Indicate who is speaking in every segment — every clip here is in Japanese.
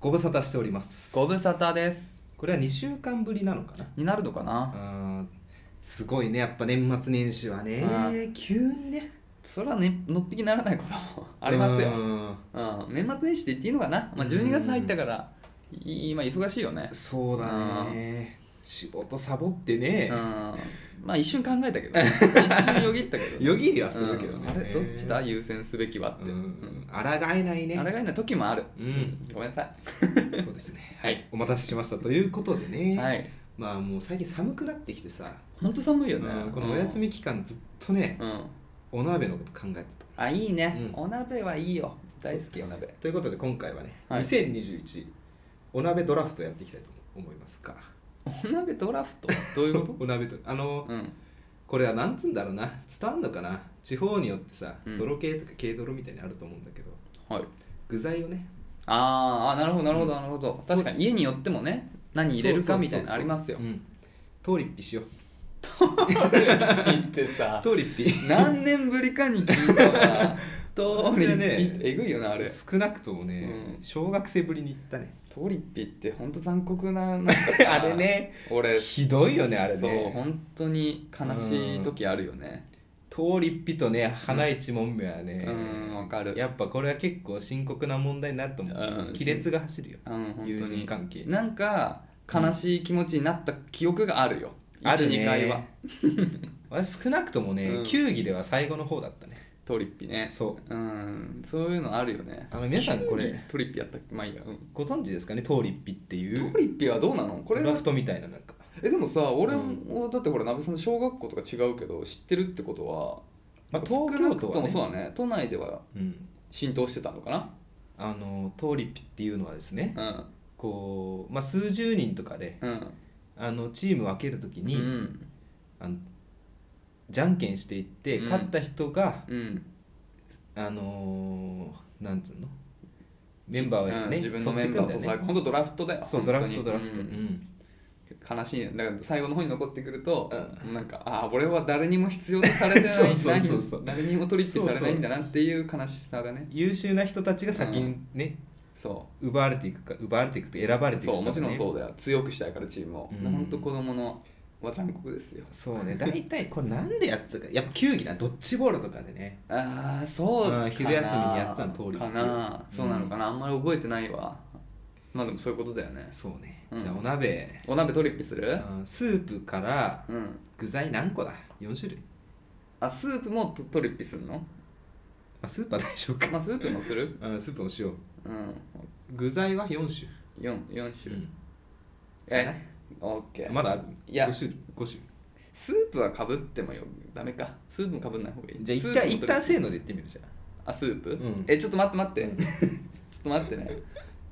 Speaker 1: ご無沙汰しております
Speaker 2: ご無沙汰です
Speaker 1: これは2週間ぶりなのかな
Speaker 2: になるのかな
Speaker 1: あーすごいねやっぱ年末年始はね
Speaker 2: あ
Speaker 1: 急にね
Speaker 2: それはねのっぴきならないこともありますよ
Speaker 1: う、ん
Speaker 2: うん、年末年始って言っていいのかな、まあ、12月入ったからい今忙しいよね
Speaker 1: そうだね仕事サボってね
Speaker 2: うんまあ一瞬考えた けど一瞬よぎったけど
Speaker 1: よぎりはするけどね
Speaker 2: うんあれどっちだ優先すべきはっ
Speaker 1: う
Speaker 2: て、
Speaker 1: ん抗えないね
Speaker 2: あれがいない時もある、
Speaker 1: うん
Speaker 2: ごめんなさい
Speaker 1: そうですね
Speaker 2: はい
Speaker 1: お待たせしましたということでね、
Speaker 2: はい
Speaker 1: まあもう最近寒くなってきてさ、
Speaker 2: 本当寒いよね、
Speaker 1: うんこのお休み期間ずっとね
Speaker 2: う、ん、
Speaker 1: お鍋のこと考えてた
Speaker 2: あいいね、
Speaker 1: うん
Speaker 2: お鍋はいいよ大好きお鍋
Speaker 1: ということで今回はね、
Speaker 2: はい
Speaker 1: 2021お鍋ドラフトやっていきたいと思いますか
Speaker 2: お鍋ドラフトどういうこ
Speaker 1: お鍋とあの、
Speaker 2: とうん
Speaker 1: これはなんつうんだろうな伝わんのかな地方によってさ、
Speaker 2: うん
Speaker 1: 泥系とか軽泥みたいにあると思うんだけど
Speaker 2: はい
Speaker 1: 具材をね
Speaker 2: あーあなるほどなるほどなるほど確かに家によってもね何入れるかみたいなのありますよ
Speaker 1: そうそうそうそううんトーリッピしよう
Speaker 2: ってさ
Speaker 1: トーリッピ
Speaker 2: 何年ぶりかに聞いたわ トーリ
Speaker 1: 私はね
Speaker 2: ッピえぐいよなあれ
Speaker 1: 少なくともね、
Speaker 2: うん
Speaker 1: 小学生ぶりに行った ね
Speaker 2: トーリッピってほんと残酷な なんかさ
Speaker 1: あれね
Speaker 2: 俺
Speaker 1: ひどいよねあれね
Speaker 2: そう本当に悲しい時あるよね
Speaker 1: トーリッピとね花一門目はね、
Speaker 2: うんわかる
Speaker 1: やっぱこれは結構深刻な問題になると思う、
Speaker 2: うん
Speaker 1: 亀裂が走るよ、
Speaker 2: うん本
Speaker 1: 友
Speaker 2: 当
Speaker 1: 人
Speaker 2: に
Speaker 1: 関係
Speaker 2: なんか悲しい気持ちになった記憶があるよ
Speaker 1: ある
Speaker 2: 12回は
Speaker 1: 私少なくともね、
Speaker 2: うん
Speaker 1: 球技では最後の方だったね
Speaker 2: トーリッピね
Speaker 1: そう
Speaker 2: うんそういうのあるよね
Speaker 1: あの皆さんこれ
Speaker 2: 球技トーリッピやったっけまあいいや、うん
Speaker 1: ご存知ですかねトーリッピってい
Speaker 2: ト
Speaker 1: う
Speaker 2: ーリッピはどうなのこ
Speaker 1: ド
Speaker 2: れ
Speaker 1: ラフトみたいななんか
Speaker 2: えでもさ俺
Speaker 1: う
Speaker 2: も、だってほら鍋さん小学校とか違うけど知ってるってことは、
Speaker 1: まあ東京都
Speaker 2: 少なくと
Speaker 1: は
Speaker 2: も
Speaker 1: ね
Speaker 2: そうだね都内では
Speaker 1: うん、
Speaker 2: 浸透してたのか
Speaker 1: あのトーリッピっていうのはですね
Speaker 2: な
Speaker 1: こう、まあ、数十人とかで
Speaker 2: うんうん
Speaker 1: あのチーム分けるときに、
Speaker 2: うん
Speaker 1: あのじゃんけんしていって
Speaker 2: うん
Speaker 1: 勝った人が、
Speaker 2: うん
Speaker 1: あのーなんつうのメンバーを
Speaker 2: うん
Speaker 1: ね、
Speaker 2: 自分の
Speaker 1: 取
Speaker 2: メ
Speaker 1: って
Speaker 2: ン
Speaker 1: く
Speaker 2: バ
Speaker 1: ん
Speaker 2: ー
Speaker 1: だ
Speaker 2: と
Speaker 1: よ
Speaker 2: さ
Speaker 1: ね
Speaker 2: 本当ドラフトだよ
Speaker 1: そうド
Speaker 2: 本
Speaker 1: ラ
Speaker 2: 当
Speaker 1: フ
Speaker 2: に
Speaker 1: トドラフト、う
Speaker 2: うん
Speaker 1: ん
Speaker 2: 悲しいねだから最後の方に残ってくると、なんかああ俺は誰にも必要とされてない
Speaker 1: そうそうそうそう
Speaker 2: 何誰にも取引されないんだなっていう悲しさがね
Speaker 1: 優秀な人たちが先にね、
Speaker 2: そう
Speaker 1: 奪われていくか奪われていくと選ばれていくか
Speaker 2: そ
Speaker 1: ら
Speaker 2: う
Speaker 1: ね
Speaker 2: もちろんそうだよ強くしたいからチームを、
Speaker 1: うん
Speaker 2: ほんと子供のは残酷ですよ
Speaker 1: そうね大体これなんでやってたかやっぱ球技なドッジボールとかでね
Speaker 2: ああそうかな、
Speaker 1: うん昼休みにやってたの通り
Speaker 2: かな
Speaker 1: うん
Speaker 2: そうなのかな、あんまり覚えてないわまあでもそういうことだよね
Speaker 1: そうね、
Speaker 2: うん
Speaker 1: じゃあお鍋、
Speaker 2: お鍋トリップす
Speaker 1: う
Speaker 2: る
Speaker 1: んスープから
Speaker 2: うん
Speaker 1: 具材何個だ4種類、
Speaker 2: あスープもトトリッピするの
Speaker 1: あ、スープは大丈夫か、
Speaker 2: まあスープもする
Speaker 1: うん、スープもしよう
Speaker 2: うん
Speaker 1: 具材は4種、
Speaker 2: 四四種、
Speaker 1: うん
Speaker 2: えオッケー
Speaker 1: まだある
Speaker 2: いや
Speaker 1: 5種類5種
Speaker 2: スープはかぶってもよダメかスープもかぶんない方がいい
Speaker 1: 類じゃあ一
Speaker 2: スープ
Speaker 1: 旦一
Speaker 2: もトリッ
Speaker 1: 旦
Speaker 2: ピ
Speaker 1: せーので言ってみるじゃん
Speaker 2: あスープ、
Speaker 1: うん
Speaker 2: えちょっと待って待って ちょっと待ってね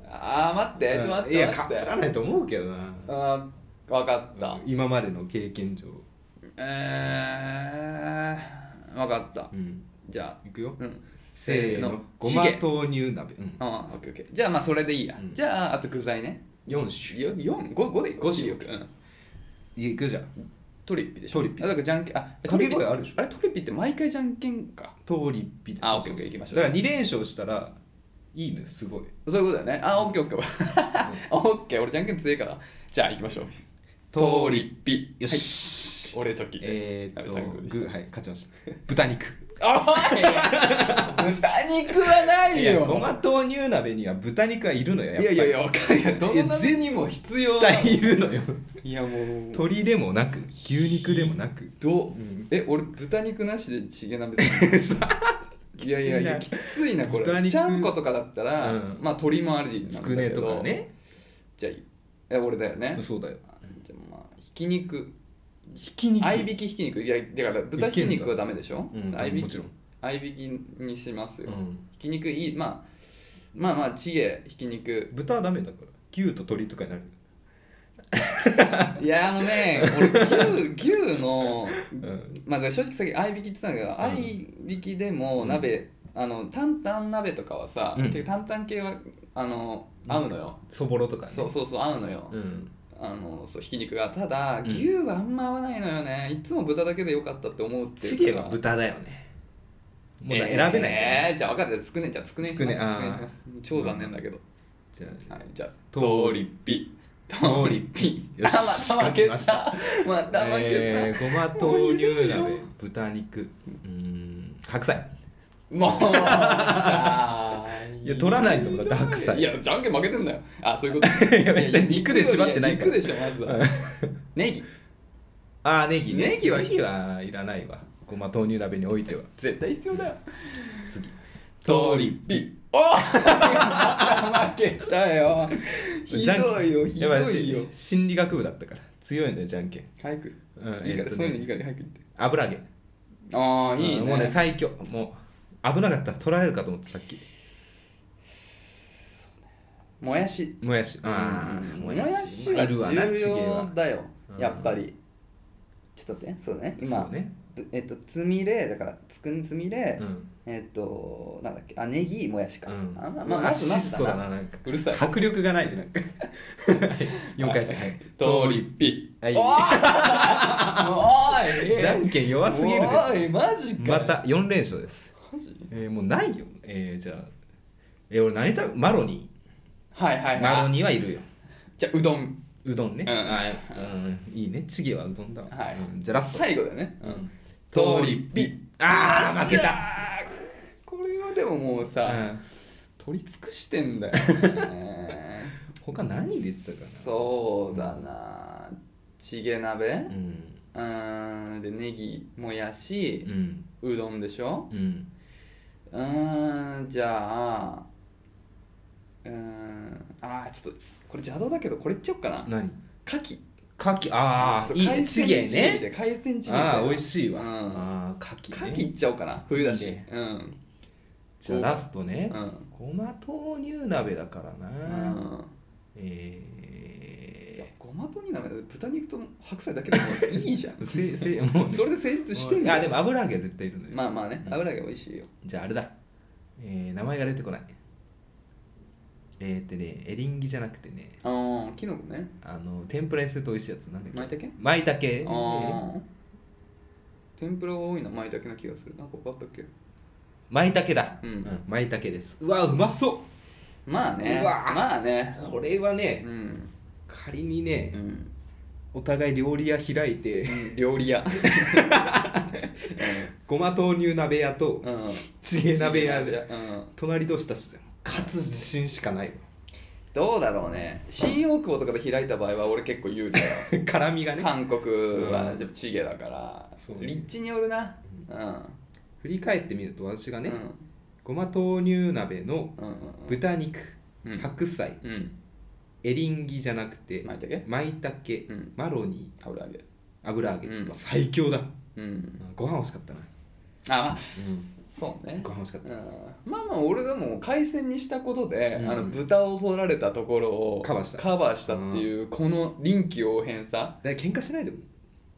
Speaker 2: あー待ってちょっと待って
Speaker 1: いや
Speaker 2: 待
Speaker 1: か
Speaker 2: っ
Speaker 1: ぶ
Speaker 2: て
Speaker 1: らないと思うけどな
Speaker 2: あーわかった、
Speaker 1: うん今までの経験上
Speaker 2: えー、わかった
Speaker 1: うん
Speaker 2: じゃ
Speaker 1: いくよ
Speaker 2: あ、うん、
Speaker 1: せーのご
Speaker 2: チ
Speaker 1: ま
Speaker 2: ゲ
Speaker 1: 豆乳鍋、うん、
Speaker 2: ああオッケーオッケーじゃあまあそれでいいや、
Speaker 1: うん
Speaker 2: じゃああと具材ね
Speaker 1: 4種
Speaker 2: よ四五五でいこう
Speaker 1: 五種
Speaker 2: よく、うん、
Speaker 1: いくじゃん
Speaker 2: トリッピでしょ
Speaker 1: トリッピ
Speaker 2: あだからじゃんけんあえ
Speaker 1: 掛け
Speaker 2: トリッピ
Speaker 1: 声あるでしょ
Speaker 2: あれトリッピって毎回じゃんけんか
Speaker 1: 通り一匹
Speaker 2: あ
Speaker 1: そうそうそう
Speaker 2: OK OK 行きましょう
Speaker 1: だから2連勝したらいいねすごい
Speaker 2: そういうことだよねあオッケーオッケー オッケー俺じゃんけん強いからじゃあ行きましょうトリッピ
Speaker 1: よし、
Speaker 2: はい、俺チョキ
Speaker 1: えー、っと
Speaker 2: 鍋さんグーでした
Speaker 1: グーはい勝ちました豚肉
Speaker 2: おい豚肉はない
Speaker 1: い
Speaker 2: よ
Speaker 1: やごま豆乳鍋には豚肉はいるのよやっ
Speaker 2: い
Speaker 1: ぱ
Speaker 2: や
Speaker 1: り
Speaker 2: いやいやわかるよどんな
Speaker 1: え絶
Speaker 2: にも必要
Speaker 1: 絶対いる のよ
Speaker 2: いやもう
Speaker 1: 鶏でもなく牛肉でもな く
Speaker 2: どう、
Speaker 1: ん
Speaker 2: え俺豚肉なしでチゲ鍋するいやいやい や
Speaker 1: き
Speaker 2: きついなこ
Speaker 1: 豚
Speaker 2: れ
Speaker 1: 肉
Speaker 2: ちゃんことかだったら、
Speaker 1: うん
Speaker 2: まあ鶏もありなんだけど
Speaker 1: つくねとかね
Speaker 2: じゃあえ俺だよね
Speaker 1: そうだよ
Speaker 2: じゃあまあひき肉
Speaker 1: ひき肉
Speaker 2: 合いびきひき肉いやだから豚ひき肉はダメでしょ
Speaker 1: うん
Speaker 2: 合いび
Speaker 1: も
Speaker 2: き
Speaker 1: ちろん
Speaker 2: 合いびきにしますよ、
Speaker 1: うん
Speaker 2: ひき肉いいまあまあまあチゲひき肉
Speaker 1: 豚はダメだから牛と鶏とかになる
Speaker 2: いやあのね俺牛牛の
Speaker 1: うん
Speaker 2: まあ、正直さっき合いびきって言ってたんだけど、合いびきでも鍋、あの担々鍋とかはさ、
Speaker 1: うん
Speaker 2: 結局担々系はあの合うのよ、
Speaker 1: そぼろとかね
Speaker 2: そうそうそう合うのよ、
Speaker 1: うん
Speaker 2: あのそうひき肉がただ
Speaker 1: ん
Speaker 2: 牛はあんま合わないのよねいつも豚だけでよかったって思うって
Speaker 1: チ
Speaker 2: い
Speaker 1: ゲ
Speaker 2: うか
Speaker 1: は豚だよねもうだ選べ
Speaker 2: え
Speaker 1: ないからね
Speaker 2: えーじゃあ分かったじゃあつくねじゃあつくねにします
Speaker 1: つくねあー
Speaker 2: つくねにします超残念だけど、
Speaker 1: じゃあ
Speaker 2: はい、じゃあ、
Speaker 1: 通
Speaker 2: 通
Speaker 1: り
Speaker 2: りっぴ。通りっぴ。
Speaker 1: よし
Speaker 2: あまた負け
Speaker 1: 勝ち
Speaker 2: ま
Speaker 1: まし
Speaker 2: したた。また負
Speaker 1: え
Speaker 2: け
Speaker 1: ー、ごま豆乳鍋豚肉うーん白菜
Speaker 2: た。もうさあ。
Speaker 1: いや取らないと思うだって白菜
Speaker 2: いや、じゃんけん負けてんだよ。あ、そういうこ と。
Speaker 1: いや別に肉で縛ってないから
Speaker 2: や肉でしょ、まずは。ネギ。
Speaker 1: あーネギね
Speaker 2: ネギは
Speaker 1: ネギはいらないわごま豆乳鍋においては
Speaker 2: 絶対必要だよ。
Speaker 1: 次
Speaker 2: 通りっぴ。お 負けたよ。ひどいよ、ひ
Speaker 1: やっぱ
Speaker 2: どいよ
Speaker 1: し。心理学部だったから強いんだよじゃんけん、
Speaker 2: 早く。
Speaker 1: うん
Speaker 2: いい
Speaker 1: え
Speaker 2: か
Speaker 1: ー
Speaker 2: ら、
Speaker 1: と
Speaker 2: そういうのい
Speaker 1: ね
Speaker 2: いから、早く言って。
Speaker 1: 油揚げ
Speaker 2: ああ、いいね。
Speaker 1: うんもうね最強もう危なかった取られるかと思ってさっき
Speaker 2: もやし。
Speaker 1: もやしあー
Speaker 2: もやしはい
Speaker 1: るわな
Speaker 2: 重
Speaker 1: チゲ
Speaker 2: 要
Speaker 1: は
Speaker 2: だよ
Speaker 1: うん
Speaker 2: やっぱりちょっと待ってそうだね
Speaker 1: そ
Speaker 2: 今
Speaker 1: うね
Speaker 2: えっとつみれだからつくんつみれ
Speaker 1: うん
Speaker 2: えっとなんだっけあネギもやしか
Speaker 1: うん
Speaker 2: あま
Speaker 1: う
Speaker 2: あまあ
Speaker 1: わ
Speaker 2: まずまず
Speaker 1: 質素だ
Speaker 2: だ
Speaker 1: な
Speaker 2: な
Speaker 1: なんか
Speaker 2: うるさい
Speaker 1: 迫力がないでなんか4回戦はい
Speaker 2: 通りっぴ
Speaker 1: はい
Speaker 2: おーいおーい
Speaker 1: じゃんけん弱すぎるでし
Speaker 2: おーいマジ
Speaker 1: ょま
Speaker 2: か
Speaker 1: た4連勝です
Speaker 2: マジ
Speaker 1: えー、もうないよえー、じゃあえー、俺何食べマロニ
Speaker 2: はいはい
Speaker 1: ーマロ
Speaker 2: はい
Speaker 1: ニーはいるよ
Speaker 2: じゃあうどん
Speaker 1: うどんね、
Speaker 2: うん
Speaker 1: あうん、いいねチゲはうどんだわ、
Speaker 2: はい
Speaker 1: うんじゃあラスト
Speaker 2: 最後だよね
Speaker 1: うん
Speaker 2: 通りっぴ
Speaker 1: ああ負け
Speaker 2: よったしゃーこれはでももうさ、
Speaker 1: うん
Speaker 2: 取り尽くして んだよ、ね、
Speaker 1: 他何で言ってたかな
Speaker 2: そうだなチゲ鍋
Speaker 1: うん
Speaker 2: うーんでネギもやし
Speaker 1: うん
Speaker 2: うどんでしょ
Speaker 1: うん
Speaker 2: うーんじゃあうーんあーちょっとこれ邪道だけどこれいっちゃおうかな
Speaker 1: 何
Speaker 2: 牡蠣
Speaker 1: 牡蠣ああ
Speaker 2: ちょっ
Speaker 1: い
Speaker 2: と
Speaker 1: いね
Speaker 2: 海
Speaker 1: チ
Speaker 2: 鮮
Speaker 1: ゲ
Speaker 2: チゲ
Speaker 1: ね
Speaker 2: で海鮮チ
Speaker 1: あ
Speaker 2: ゲみたいな
Speaker 1: あ美味しいわ、
Speaker 2: うん
Speaker 1: ああ牡
Speaker 2: 牡
Speaker 1: 蠣、ね、
Speaker 2: 蠣いっちゃおうかな冬だし
Speaker 1: いいね
Speaker 2: うん
Speaker 1: じゃあラストね、
Speaker 2: うん
Speaker 1: ごま豆乳鍋だから
Speaker 2: う
Speaker 1: な、
Speaker 2: んいや
Speaker 1: え
Speaker 2: ごまとになめ豚肉と白菜だけでもいいじゃん
Speaker 1: ー、せせもう、ね、
Speaker 2: それで成立してんだ
Speaker 1: あでも油揚げは絶対いるのよ、
Speaker 2: まあまあね
Speaker 1: うん
Speaker 2: 油揚げ美味しいよ
Speaker 1: じゃああれだ、えー、名前が出てこないえー、ってねエリンギじゃなくてね
Speaker 2: あーキノコね
Speaker 1: あの天ぷらにすると美味しいやつなんだっけ
Speaker 2: 舞茸
Speaker 1: 舞茸え
Speaker 2: あ
Speaker 1: ー
Speaker 2: ー天ぷらが多いな舞茸な気がするなんか他あったっけ
Speaker 1: 舞茸だ、
Speaker 2: うん
Speaker 1: 舞茸ですうわうまそう
Speaker 2: まあね
Speaker 1: うわー
Speaker 2: まあね
Speaker 1: これは
Speaker 2: う
Speaker 1: ね
Speaker 2: ん
Speaker 1: 仮にね
Speaker 2: う、ん
Speaker 1: お互い料理屋開いて
Speaker 2: 料理屋
Speaker 1: ごま豆乳鍋屋と
Speaker 2: うんうん
Speaker 1: チゲ鍋屋
Speaker 2: チゲ
Speaker 1: で
Speaker 2: 鍋屋うん
Speaker 1: 隣同士だしじゃん勝つ自信しか ないわ
Speaker 2: どうだろうね新大久保とかで開いた場合は俺結構有利だよ
Speaker 1: 辛みがね
Speaker 2: 韓国は
Speaker 1: うん
Speaker 2: やっぱチゲだから
Speaker 1: そうね
Speaker 2: 立地によるなうん
Speaker 1: 振り返ってみると私がね、
Speaker 2: うん
Speaker 1: ごま豆乳鍋の
Speaker 2: うんうんうん
Speaker 1: 豚肉、
Speaker 2: うん
Speaker 1: 白菜
Speaker 2: うん
Speaker 1: エリンギじゃなくて
Speaker 2: 舞茸
Speaker 1: 舞茸、
Speaker 2: うん
Speaker 1: マロニ
Speaker 2: 油揚げ
Speaker 1: ー油揚げ、
Speaker 2: うん
Speaker 1: うわ最強だ
Speaker 2: うん
Speaker 1: ご飯欲しかったな、
Speaker 2: あまあそうね
Speaker 1: ご飯欲しかっ
Speaker 2: う
Speaker 1: た
Speaker 2: んまあまあ俺でも海鮮にしたことで、
Speaker 1: うん
Speaker 2: あの豚を取られたところを
Speaker 1: カバーした
Speaker 2: カバーしたっていうこの臨機応変さ
Speaker 1: だから喧嘩しないでも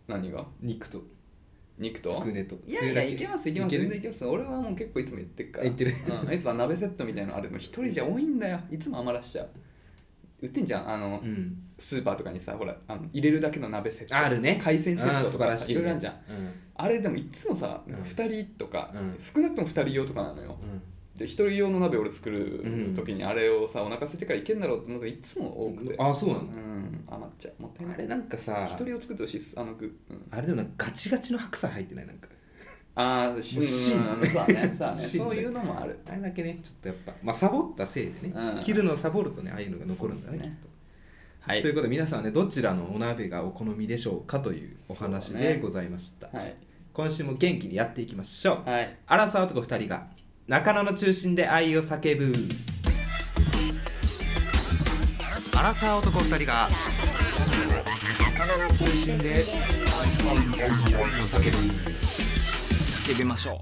Speaker 2: 何が
Speaker 1: 肉と
Speaker 2: 肉と
Speaker 1: つくねと
Speaker 2: いやいやいけますいけます全然い
Speaker 1: け
Speaker 2: けます俺はもう結構いつも言ってっから
Speaker 1: 言 ってる
Speaker 2: うん、いつも鍋セットみたいなのあれでも一人じゃ多いんだよいつも余らしちゃう売ってんじゃんあの、
Speaker 1: うん
Speaker 2: スーパーとかにさほらあの入れるだけの鍋セット
Speaker 1: あるね
Speaker 2: 海鮮セッ
Speaker 1: あー
Speaker 2: ト
Speaker 1: 素晴
Speaker 2: とからさ
Speaker 1: しい
Speaker 2: い
Speaker 1: ね
Speaker 2: ろいろあるじゃん
Speaker 1: うん
Speaker 2: あれでもいつもさ
Speaker 1: うん
Speaker 2: 2人とか、
Speaker 1: うん
Speaker 2: 少なくとも2人用とかなのよ、
Speaker 1: うん
Speaker 2: で一人用の鍋俺作る時にあれをさお腹空いてからいけんだろうって思うといつも多くて
Speaker 1: あそうな
Speaker 2: うんん余っちゃうもったい
Speaker 1: だ
Speaker 2: な
Speaker 1: あれ
Speaker 2: い
Speaker 1: なんかさ
Speaker 2: 一人用作ってほしいっすあの具、うん、
Speaker 1: あれでもなんかガチガチの白菜入ってないなんか
Speaker 2: ああし
Speaker 1: 芯
Speaker 2: うんそうだねそう だね
Speaker 1: 芯だ
Speaker 2: そういうのもある
Speaker 1: あれだけねちょっとやっぱまあサボったせいでね、
Speaker 2: うん
Speaker 1: 切るのをサボるとねああいうのが残るんだね
Speaker 2: そうです
Speaker 1: き
Speaker 2: ね
Speaker 1: っと
Speaker 2: は
Speaker 1: という
Speaker 2: い、
Speaker 1: ことで皆さんはねどちらのお鍋がお好みでしょうかというお話
Speaker 2: そうだ
Speaker 1: で
Speaker 2: ね
Speaker 1: ございました、
Speaker 2: はい
Speaker 1: 今週も元気にやっていきましょう
Speaker 2: はい、
Speaker 1: アラサー男2人が中野の中心で愛を叫ぶアラサー男2人が中野の中心で愛を叫ぶ
Speaker 2: 叫びましょ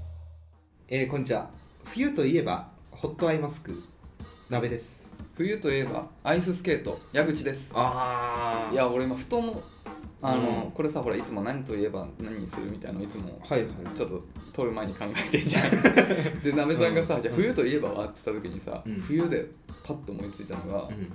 Speaker 1: えー、こんにちは冬といえばホットアイマスク鍋です
Speaker 2: う冬といえばアイススケート矢口です
Speaker 1: あ
Speaker 2: いや俺今布団もあの、
Speaker 1: うん
Speaker 2: これさほらいつも何といえば何にするみたいなのいつも
Speaker 1: はいはい
Speaker 2: ちょっと撮る前に考えてんじゃ んでなべさんがさ、
Speaker 1: うん
Speaker 2: じゃあ冬といえばはって言った時にさ、
Speaker 1: うん
Speaker 2: 冬でパッと思いついたのが、
Speaker 1: うん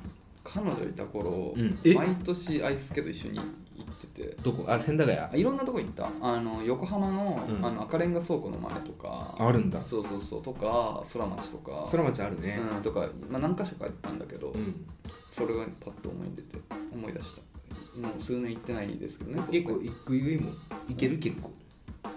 Speaker 2: 彼女いた頃、
Speaker 1: うんえ
Speaker 2: 毎年アイススケート一緒に行ってて
Speaker 1: どこあ千駄ヶ
Speaker 2: あいろんなとこ行ったあの横浜の,、
Speaker 1: うん
Speaker 2: あの赤レンガ倉庫の前とか
Speaker 1: 谷あるんだ
Speaker 2: そうそうそうとか空町とか
Speaker 1: 空町あるね
Speaker 2: うん、とか、まあ、何箇所か行ったんだけど、
Speaker 1: うん
Speaker 2: それがパッと思い出て思い出したもう数年行ってないですけどね
Speaker 1: 結構行くよりも行ける結構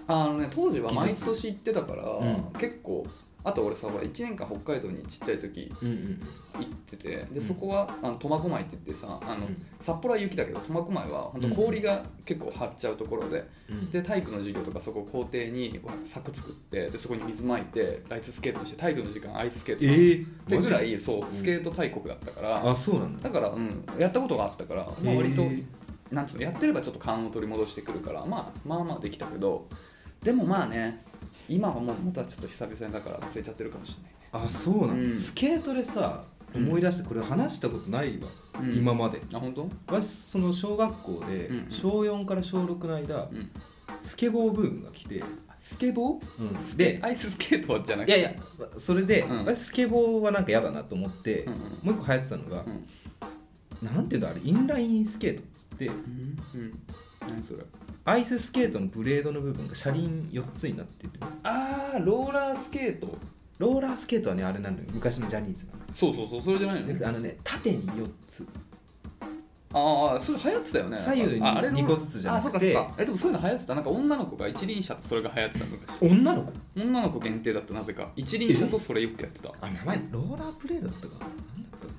Speaker 2: あのね当時は毎
Speaker 1: 技術
Speaker 2: 年行ってたから、
Speaker 1: ん
Speaker 2: 結構あと俺さほら1年間北海道にちっちゃい時
Speaker 1: うんうん
Speaker 2: 行っててで、
Speaker 1: ん
Speaker 2: そこはあの苫小牧って言ってさあの、
Speaker 1: うん
Speaker 2: 札幌は雪だけど苫小牧は本当氷が結構張っちゃうところで、
Speaker 1: うん
Speaker 2: で体育の授業とかそこ校庭に柵作ってでそこに水まいてライススケートして体育の時間アイススケート
Speaker 1: え
Speaker 2: っ
Speaker 1: ー
Speaker 2: て
Speaker 1: マジ
Speaker 2: ぐ
Speaker 1: で
Speaker 2: らいそうスケート大国だったから、
Speaker 1: あそうなんだ
Speaker 2: だから、うん、やったことがあったから、まあ、割と、なんつうのやってればちょっと勘を取り戻してくるから、まあ、まあまあできたけどでもまあね今はもうまたちょっと久々だから忘れちゃってるかもし
Speaker 1: あそうなんだ、
Speaker 2: うん
Speaker 1: スケートでさ
Speaker 2: うん
Speaker 1: 思い出してこれ話したことないわ、
Speaker 2: れない、うん
Speaker 1: 今まで
Speaker 2: あ本当
Speaker 1: 私その小学校で
Speaker 2: うんうん
Speaker 1: 小4から小6の間
Speaker 2: うん
Speaker 1: スケボーブームが来て、
Speaker 2: スケボースケ
Speaker 1: で
Speaker 2: アイススケートじゃなく
Speaker 1: い
Speaker 2: て
Speaker 1: やいやそれで、
Speaker 2: うん
Speaker 1: 私スケボーはなんか嫌だなと思って、
Speaker 2: うんうん
Speaker 1: もう一個流行ってたのが
Speaker 2: う、ん
Speaker 1: なんていうんだあれインラインスケートっつって
Speaker 2: うん、うん、何それ
Speaker 1: アイススケートのブレードの部分が車輪4つになってる
Speaker 2: あーローラースケート
Speaker 1: ローラースケートはねあれなのよ昔のジャニーズなの
Speaker 2: そうそうそうそれじゃないの、
Speaker 1: であのね縦に4つ
Speaker 2: ああそれ流行ってたよね
Speaker 1: 左右に
Speaker 2: ああれの
Speaker 1: 2個ずつじゃなくて
Speaker 2: あそうかそうかえでもそういうの流行ってたなんか女の子が一輪車とそれが流行ってた昔
Speaker 1: 女の子
Speaker 2: 女の子限定だったなぜか一輪車とそれよくやってた
Speaker 1: あ名前ローラープレードだったかななんだったか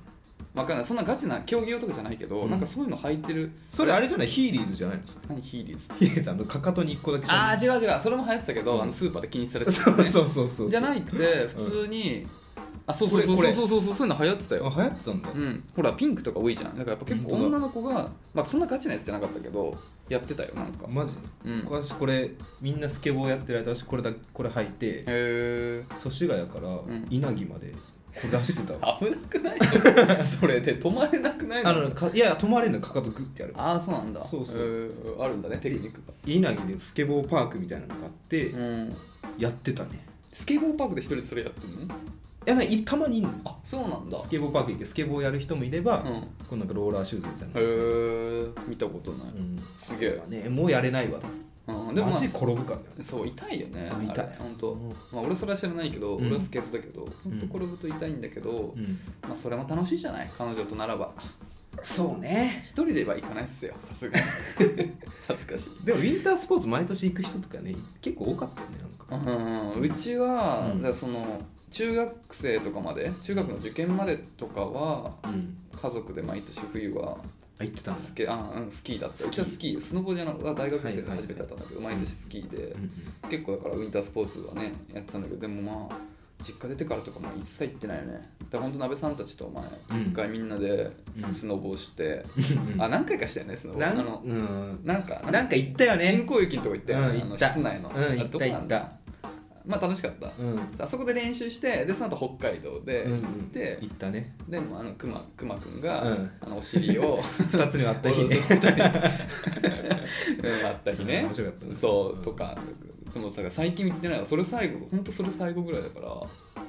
Speaker 1: な
Speaker 2: わかんないそんなガチな競技用とかじゃないけど、
Speaker 1: うん
Speaker 2: なんかそういうの履いてる
Speaker 1: それあれじゃないヒーリーズじゃないの
Speaker 2: 何ヒーリーズ
Speaker 1: ヒーリーズあのかかとに1個だけ
Speaker 2: あ
Speaker 1: 車
Speaker 2: あ違う違うそれも流行ってたけど、
Speaker 1: うん
Speaker 2: あのスーパーで禁止され
Speaker 1: 輪
Speaker 2: てた
Speaker 1: そ
Speaker 2: やつね、
Speaker 1: うそうそうそう
Speaker 2: じゃなくて普通に、あそうそうそう
Speaker 1: これこ
Speaker 2: そう
Speaker 1: れ
Speaker 2: そうそうそうそういうの流行ってた
Speaker 1: あ流
Speaker 2: よ
Speaker 1: 行ってたんだ
Speaker 2: うん、ほらピンクとか多いじゃんだからやっぱ結構
Speaker 1: 本当だ
Speaker 2: 女の子が、まあ、そんなガチなやつじゃなかったけどやってたよなんか、
Speaker 1: マジ
Speaker 2: うん、へ
Speaker 1: 私これみんなスケボーやってる間私これだこれ履いて
Speaker 2: え
Speaker 1: 祖師ヶ谷から
Speaker 2: ん
Speaker 1: 稲城までこれ出して たわ
Speaker 2: 危なくないそれで止まれなくない
Speaker 1: あのかいや止まれんのかかとグッてやる
Speaker 2: ああそうなんだ
Speaker 1: そうそう
Speaker 2: へーあるんだねテクニックが
Speaker 1: 稲城でスケボーパークみたいなのがあって
Speaker 2: うん
Speaker 1: やってたね
Speaker 2: スケボーパークで一人でそれやってるの
Speaker 1: いやないたまにいんの
Speaker 2: あそうなんだ
Speaker 1: スケボーパーク行ってスケボーやる人もいれば
Speaker 2: うん
Speaker 1: このなんかローラーシューズみたい
Speaker 2: へ
Speaker 1: な
Speaker 2: え見たことない、
Speaker 1: うん
Speaker 2: すげえ、
Speaker 1: ねもうやれないわ
Speaker 2: うん、でも、ま
Speaker 1: マ
Speaker 2: あ
Speaker 1: ジ、転ぶからね
Speaker 2: そう痛いよね
Speaker 1: 痛い
Speaker 2: あれ本当、
Speaker 1: うん
Speaker 2: まあ、俺それは知らないけど、
Speaker 1: うん
Speaker 2: 俺はスケートだけど
Speaker 1: ん
Speaker 2: 本当転ぶと痛いんだけど、
Speaker 1: うん
Speaker 2: まあそれも楽しいじゃない彼女とならば
Speaker 1: そうね
Speaker 2: 一人では行かないっすよ さすがに恥ずかしい
Speaker 1: でもウィンタースポーツ毎年行く人とかね結構多かったよねなんか
Speaker 2: うん、うちは、
Speaker 1: うん
Speaker 2: だからその中学生とかまで中学の受験までとかは
Speaker 1: うん
Speaker 2: 家族で毎年冬は
Speaker 1: あ行ってたんだ
Speaker 2: スケあ、うん、スキーだった
Speaker 1: スキー
Speaker 2: うちはスキースノボじゃなく大学生
Speaker 1: はい
Speaker 2: で
Speaker 1: はい
Speaker 2: 初めてだったんだけど、毎年スキーで、
Speaker 1: うん
Speaker 2: 結構だからウィンタースポーツはねやってたんだけどでもまあ実家出てからとかも一切行ってないよねだからほんと鍋さんたちとお前
Speaker 1: うん
Speaker 2: 一回みんなで
Speaker 1: うん
Speaker 2: スノボをして、
Speaker 1: うん
Speaker 2: あ何回かしたよねスノボ
Speaker 1: な
Speaker 2: あ
Speaker 1: ん
Speaker 2: の
Speaker 1: うん
Speaker 2: なんか
Speaker 1: なんか行ったよ
Speaker 2: 人
Speaker 1: ね
Speaker 2: 工雪のとこ行ったよね、
Speaker 1: うん
Speaker 2: あ
Speaker 1: 行
Speaker 2: の
Speaker 1: っ
Speaker 2: 室
Speaker 1: た
Speaker 2: 内の、
Speaker 1: うん
Speaker 2: あれ
Speaker 1: 行った
Speaker 2: どこなん
Speaker 1: 行
Speaker 2: だまあ楽しかった
Speaker 1: うん
Speaker 2: あそこで練習してでその後北海道で
Speaker 1: うんう
Speaker 2: 行っ
Speaker 1: ん
Speaker 2: て、
Speaker 1: 行ったね
Speaker 2: でもあの熊熊くんが、
Speaker 1: うん
Speaker 2: あのお尻を
Speaker 1: 二つに割った日ね
Speaker 2: そうそううんあった日ね、
Speaker 1: うん面白かったね
Speaker 2: そう
Speaker 1: うん
Speaker 2: とかでもさ最近行ってないわそれ最後本当それ最後ぐらいだから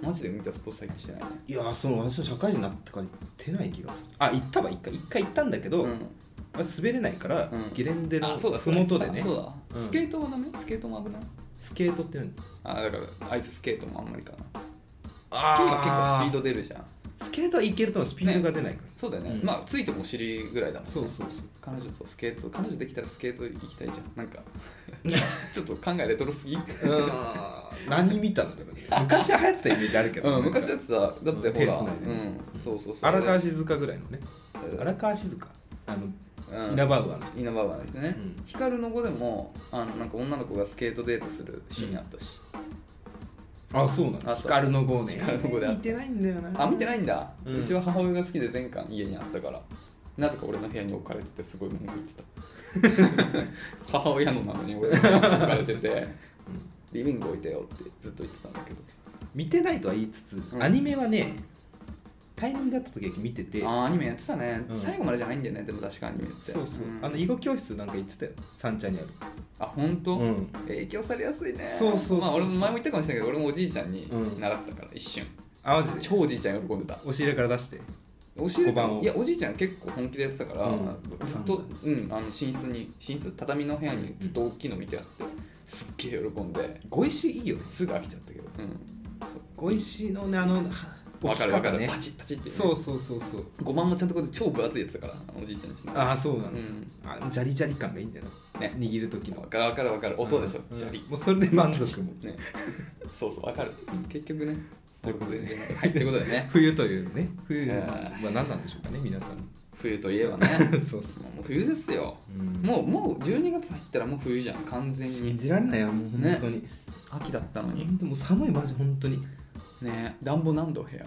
Speaker 2: マジで見たスポーツ最近してないね
Speaker 1: いやーその私は社会人になってから行ってない気がするあ行ったわ一回一回行ったんだけど、
Speaker 2: ん
Speaker 1: 私滑れないから、
Speaker 2: うん
Speaker 1: ゲレンデの
Speaker 2: あそうだそうだ
Speaker 1: 麓でね
Speaker 2: そうだ、
Speaker 1: うん
Speaker 2: スケートはダメスケートも危ない
Speaker 1: スケートって何
Speaker 2: あだからアイススケートもあんまりかなスキ
Speaker 1: あー
Speaker 2: ーは結構スピード出るじゃん
Speaker 1: スケートはいけるともスピードが出ないから、
Speaker 2: そうだよね、
Speaker 1: うん
Speaker 2: まあついてもお尻ぐらいだもんね
Speaker 1: そうそうそう
Speaker 2: 彼女とスケート彼女できたらスケート行きたいじゃんなん かちょっと考えレトロすぎ
Speaker 1: うん何見たんだろうね昔は流行ってたイメージあるけど、
Speaker 2: うん、昔のや
Speaker 1: て
Speaker 2: つだだってほら、
Speaker 1: うん手繋いで
Speaker 2: う
Speaker 1: ね
Speaker 2: ん、そうそうそう
Speaker 1: 荒川静香ぐらいのね
Speaker 2: うん
Speaker 1: 荒川静香あの、
Speaker 2: うん
Speaker 1: 稲葉川の
Speaker 2: 稲葉川ですね、
Speaker 1: うん
Speaker 2: 光の子でもあのなんか女の子がスケートデートするシーンあったし、
Speaker 1: 人あそうなん
Speaker 2: あ
Speaker 1: だ
Speaker 2: そう
Speaker 1: 光の号ね
Speaker 2: 光の号であった
Speaker 1: 見てないんだよな
Speaker 2: あ見てないんだ、う
Speaker 1: うん
Speaker 2: ちは母親が好きで全巻家にあったからなぜか俺の部屋に置かれててすごい文句言って た母親のなのに俺の部屋に置かれててリビング置いてよってずっと言ってたんだけど
Speaker 1: 見てないとは言いつつ、
Speaker 2: うん
Speaker 1: アニメはねタイミングがあった時だけ見てて
Speaker 2: あーアニメやってたね、
Speaker 1: うん
Speaker 2: 最後までじゃないんだよねでも確かアニメって
Speaker 1: そうそう、
Speaker 2: ん
Speaker 1: あの囲碁教室なんか行ってたよ三茶にある
Speaker 2: あ本当、
Speaker 1: うん
Speaker 2: 影響されやすいね
Speaker 1: そうそうそう
Speaker 2: まあ俺も前も言ったかもしれないけど俺もおじいちゃんに習ったから、一瞬
Speaker 1: あマジで
Speaker 2: 超おじいちゃん喜んでた
Speaker 1: 押し入れから出して
Speaker 2: 押し入れて
Speaker 1: 小判
Speaker 2: も
Speaker 1: を
Speaker 2: いやおじいちゃん結構本気でやってたから、
Speaker 1: うん
Speaker 2: ずっと、うん、あの寝室に寝室畳の部屋にずっと大きいの見てあってすっげえ喜んで
Speaker 1: 碁石いいよね
Speaker 2: すぐ飽きちゃったけど、
Speaker 1: 碁石のねあのは
Speaker 2: うん、分かる分かる、
Speaker 1: ね
Speaker 2: パチッパチッって、ね、
Speaker 1: そうそうそうそう
Speaker 2: 5番もちゃんとこうやって超分厚いやつだからあのおじいちゃんですね
Speaker 1: ああそうな
Speaker 2: う
Speaker 1: の、
Speaker 2: ん
Speaker 1: あのジャリジャリ感がいいんだよな、
Speaker 2: ね
Speaker 1: 握る時の
Speaker 2: 分かる分かる分かる音でしょ、
Speaker 1: うん
Speaker 2: シャリ
Speaker 1: もうそれで満足も
Speaker 2: ねそうそう分かる結局ね
Speaker 1: ということで
Speaker 2: 全然はいということでね
Speaker 1: 冬というね冬
Speaker 2: え
Speaker 1: は何なんでしょうかね皆さん
Speaker 2: 冬といえばね
Speaker 1: そうそう、
Speaker 2: もう冬ですよ
Speaker 1: うん
Speaker 2: もうもう12月入ったらもう冬じゃん完全
Speaker 1: 信
Speaker 2: に
Speaker 1: じられないよもう本当に、
Speaker 2: 秋だったのに
Speaker 1: 本当もう寒いマジ本当に
Speaker 2: ね暖房何度部屋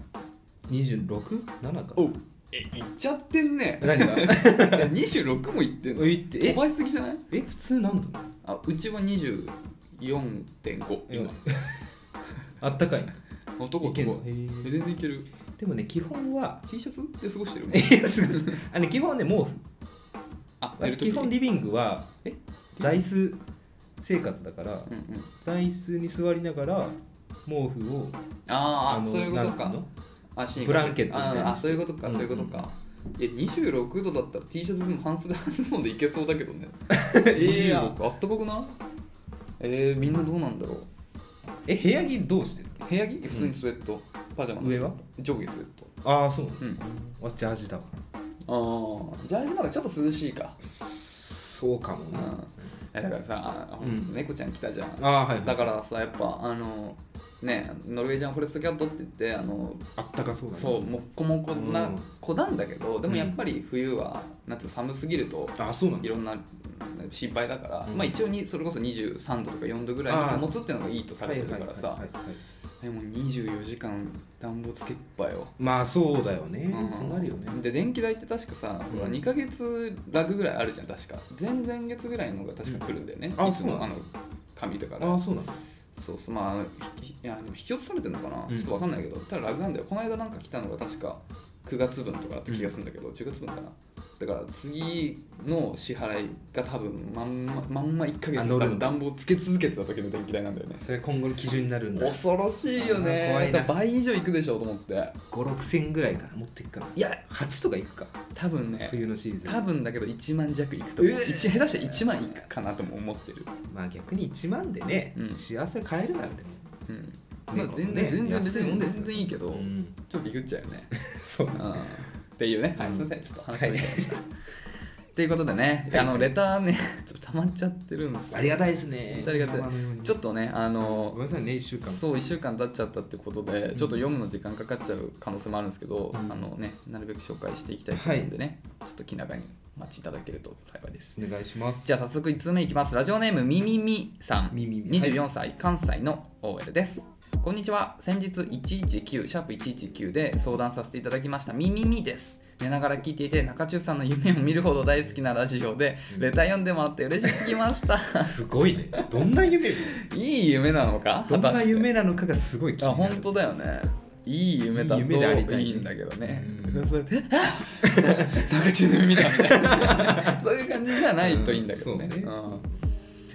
Speaker 1: 267か
Speaker 2: おうえいっちゃってんね
Speaker 1: 何が
Speaker 2: 26もいってん の
Speaker 1: えいってえ
Speaker 2: 飛ばしすぎじゃない
Speaker 1: え普通何度
Speaker 2: あうちは24.5今
Speaker 1: あったかい
Speaker 2: 男
Speaker 1: いけん
Speaker 2: 男
Speaker 1: のへー
Speaker 2: え全然いける
Speaker 1: でもね基本は
Speaker 2: T シャツで過ごしてる
Speaker 1: いやすごいすごいあのね基本はね毛布
Speaker 2: あ寝る
Speaker 1: 私
Speaker 2: 時
Speaker 1: 基本リビングは
Speaker 2: え
Speaker 1: 座椅子生活だから
Speaker 2: うんうん
Speaker 1: 座椅子に座りながら毛布を
Speaker 2: あーあ
Speaker 1: の
Speaker 2: そういうこと
Speaker 1: なん
Speaker 2: か
Speaker 1: つうの
Speaker 2: あシーン
Speaker 1: ブランケットみたいな
Speaker 2: あーあそういうことか
Speaker 1: うん
Speaker 2: そういうことか、え26度だったら T シャツでも半袖半ズボンでいけそうだけどね
Speaker 1: いや
Speaker 2: 26あったかくないえー、みんなどうなんだろう
Speaker 1: え部屋着どうしてる
Speaker 2: 部屋着普通にスウェット、パジャマ
Speaker 1: 上は
Speaker 2: 上下スウェット
Speaker 1: ああそう
Speaker 2: うん
Speaker 1: 私ジャージだわ
Speaker 2: ああジャージの方がちょっと涼しいか
Speaker 1: そうかも
Speaker 2: うんえだからさ、
Speaker 1: うん
Speaker 2: 猫ちゃん来たじゃん
Speaker 1: ああはいはい
Speaker 2: だからさやっぱあのねノルウェージャンフォレストキャットって言ってあの
Speaker 1: あったかそうだね
Speaker 2: そうもっこもこな
Speaker 1: うん
Speaker 2: 子なんだけど、でもやっぱり冬はなんていうの寒すぎると
Speaker 1: あそうなん
Speaker 2: い
Speaker 1: だ
Speaker 2: ろんな心配だから、
Speaker 1: うん
Speaker 2: まあ一応にそれこそ23度とか4度ぐらいに保つっていうのがいいとされてるからさ
Speaker 1: はいはいはいはい
Speaker 2: でも24時間暖房つけっぱよ、
Speaker 1: まあそうだよね
Speaker 2: うん
Speaker 1: そうなるよね
Speaker 2: で電気代って確かさ、
Speaker 1: うん
Speaker 2: ほら2ヶ月ラグぐらいあるじゃん確か前々月ぐらいのが確か来るんだよね、
Speaker 1: うんあ
Speaker 2: いつも
Speaker 1: そうな
Speaker 2: あ
Speaker 1: の
Speaker 2: の紙だから
Speaker 1: ああそうなんだ
Speaker 2: そうそうまあひいやでも引き落とされてるのかな、
Speaker 1: うん
Speaker 2: ちょっとわかんないけどただ楽なんだよこの間なんか来たのが確か9月分とかだった気がするんだけど、10月分かなだから次の支払いが多分まんままんま1ヶ
Speaker 1: あ乗る
Speaker 2: 月
Speaker 1: の
Speaker 2: 暖房つけ続けてた時の電気代なんだよね
Speaker 1: それ今後の基準になるんだ
Speaker 2: 恐ろしいよね
Speaker 1: あー怖いな
Speaker 2: だから倍以上いくでしょうと思って
Speaker 1: 56000ぐらいから持っていくから
Speaker 2: いや
Speaker 1: 8とかいくか
Speaker 2: 多分ね
Speaker 1: 冬のシーズン
Speaker 2: 多分だけど1万弱いくと思う、
Speaker 1: えー
Speaker 2: 一下手したら1万いくかなとも思ってる、
Speaker 1: まあ逆に1万でね、
Speaker 2: うん
Speaker 1: 幸せ買えるならでも
Speaker 2: うん
Speaker 1: ね
Speaker 2: まあ、全然、
Speaker 1: ね
Speaker 2: 全然別
Speaker 1: 安いも
Speaker 2: に
Speaker 1: んですよ
Speaker 2: 全然いいけど、
Speaker 1: うん
Speaker 2: ちょっとビビっちゃうよね
Speaker 1: そう
Speaker 2: うんっていうね、はい、すみません、ちょっと話
Speaker 1: はい
Speaker 2: がしました。ということでね、
Speaker 1: はい
Speaker 2: あのレターね、ちょっと溜まっちゃってるんですよ
Speaker 1: ありがたいですね
Speaker 2: 本当ありがたい
Speaker 1: 山のように
Speaker 2: ちょっとね、あ
Speaker 1: ご
Speaker 2: の
Speaker 1: めんなさいね1週間
Speaker 2: そう1週間経っちゃったってことで、ちょっと読むの時間かかっちゃう可能性もあるんですけど、
Speaker 1: うん
Speaker 2: あのね、なるべく紹介していきたいと思うんでね、ちょっと気長にお待ちいただけると幸いです。
Speaker 1: お願いします
Speaker 2: じゃあ早速1通目いきますラジオネームみみみさん
Speaker 1: みみみ
Speaker 2: 24歳、関西の OL ですこんにちは先日119シャープ119で相談させていただきましたみみみです寝ながら聞いていて中中さんの夢を見るほど大好きなラジオでレター読んでもらって嬉しすぎました
Speaker 1: すごいねどんな夢
Speaker 2: いい夢なのか
Speaker 1: どんな
Speaker 2: 果
Speaker 1: 夢なのかがすごい気
Speaker 2: たしてあ
Speaker 1: になる
Speaker 2: 本当だよねいい夢だ
Speaker 1: い
Speaker 2: と
Speaker 1: い夢でありたいね
Speaker 2: いいんだけどね
Speaker 1: うん
Speaker 2: それ で「あっ中中の夢だ」みたいな そういう感じじゃないといいんだけどね,、
Speaker 1: うん
Speaker 2: う
Speaker 1: そ
Speaker 2: ん
Speaker 1: うね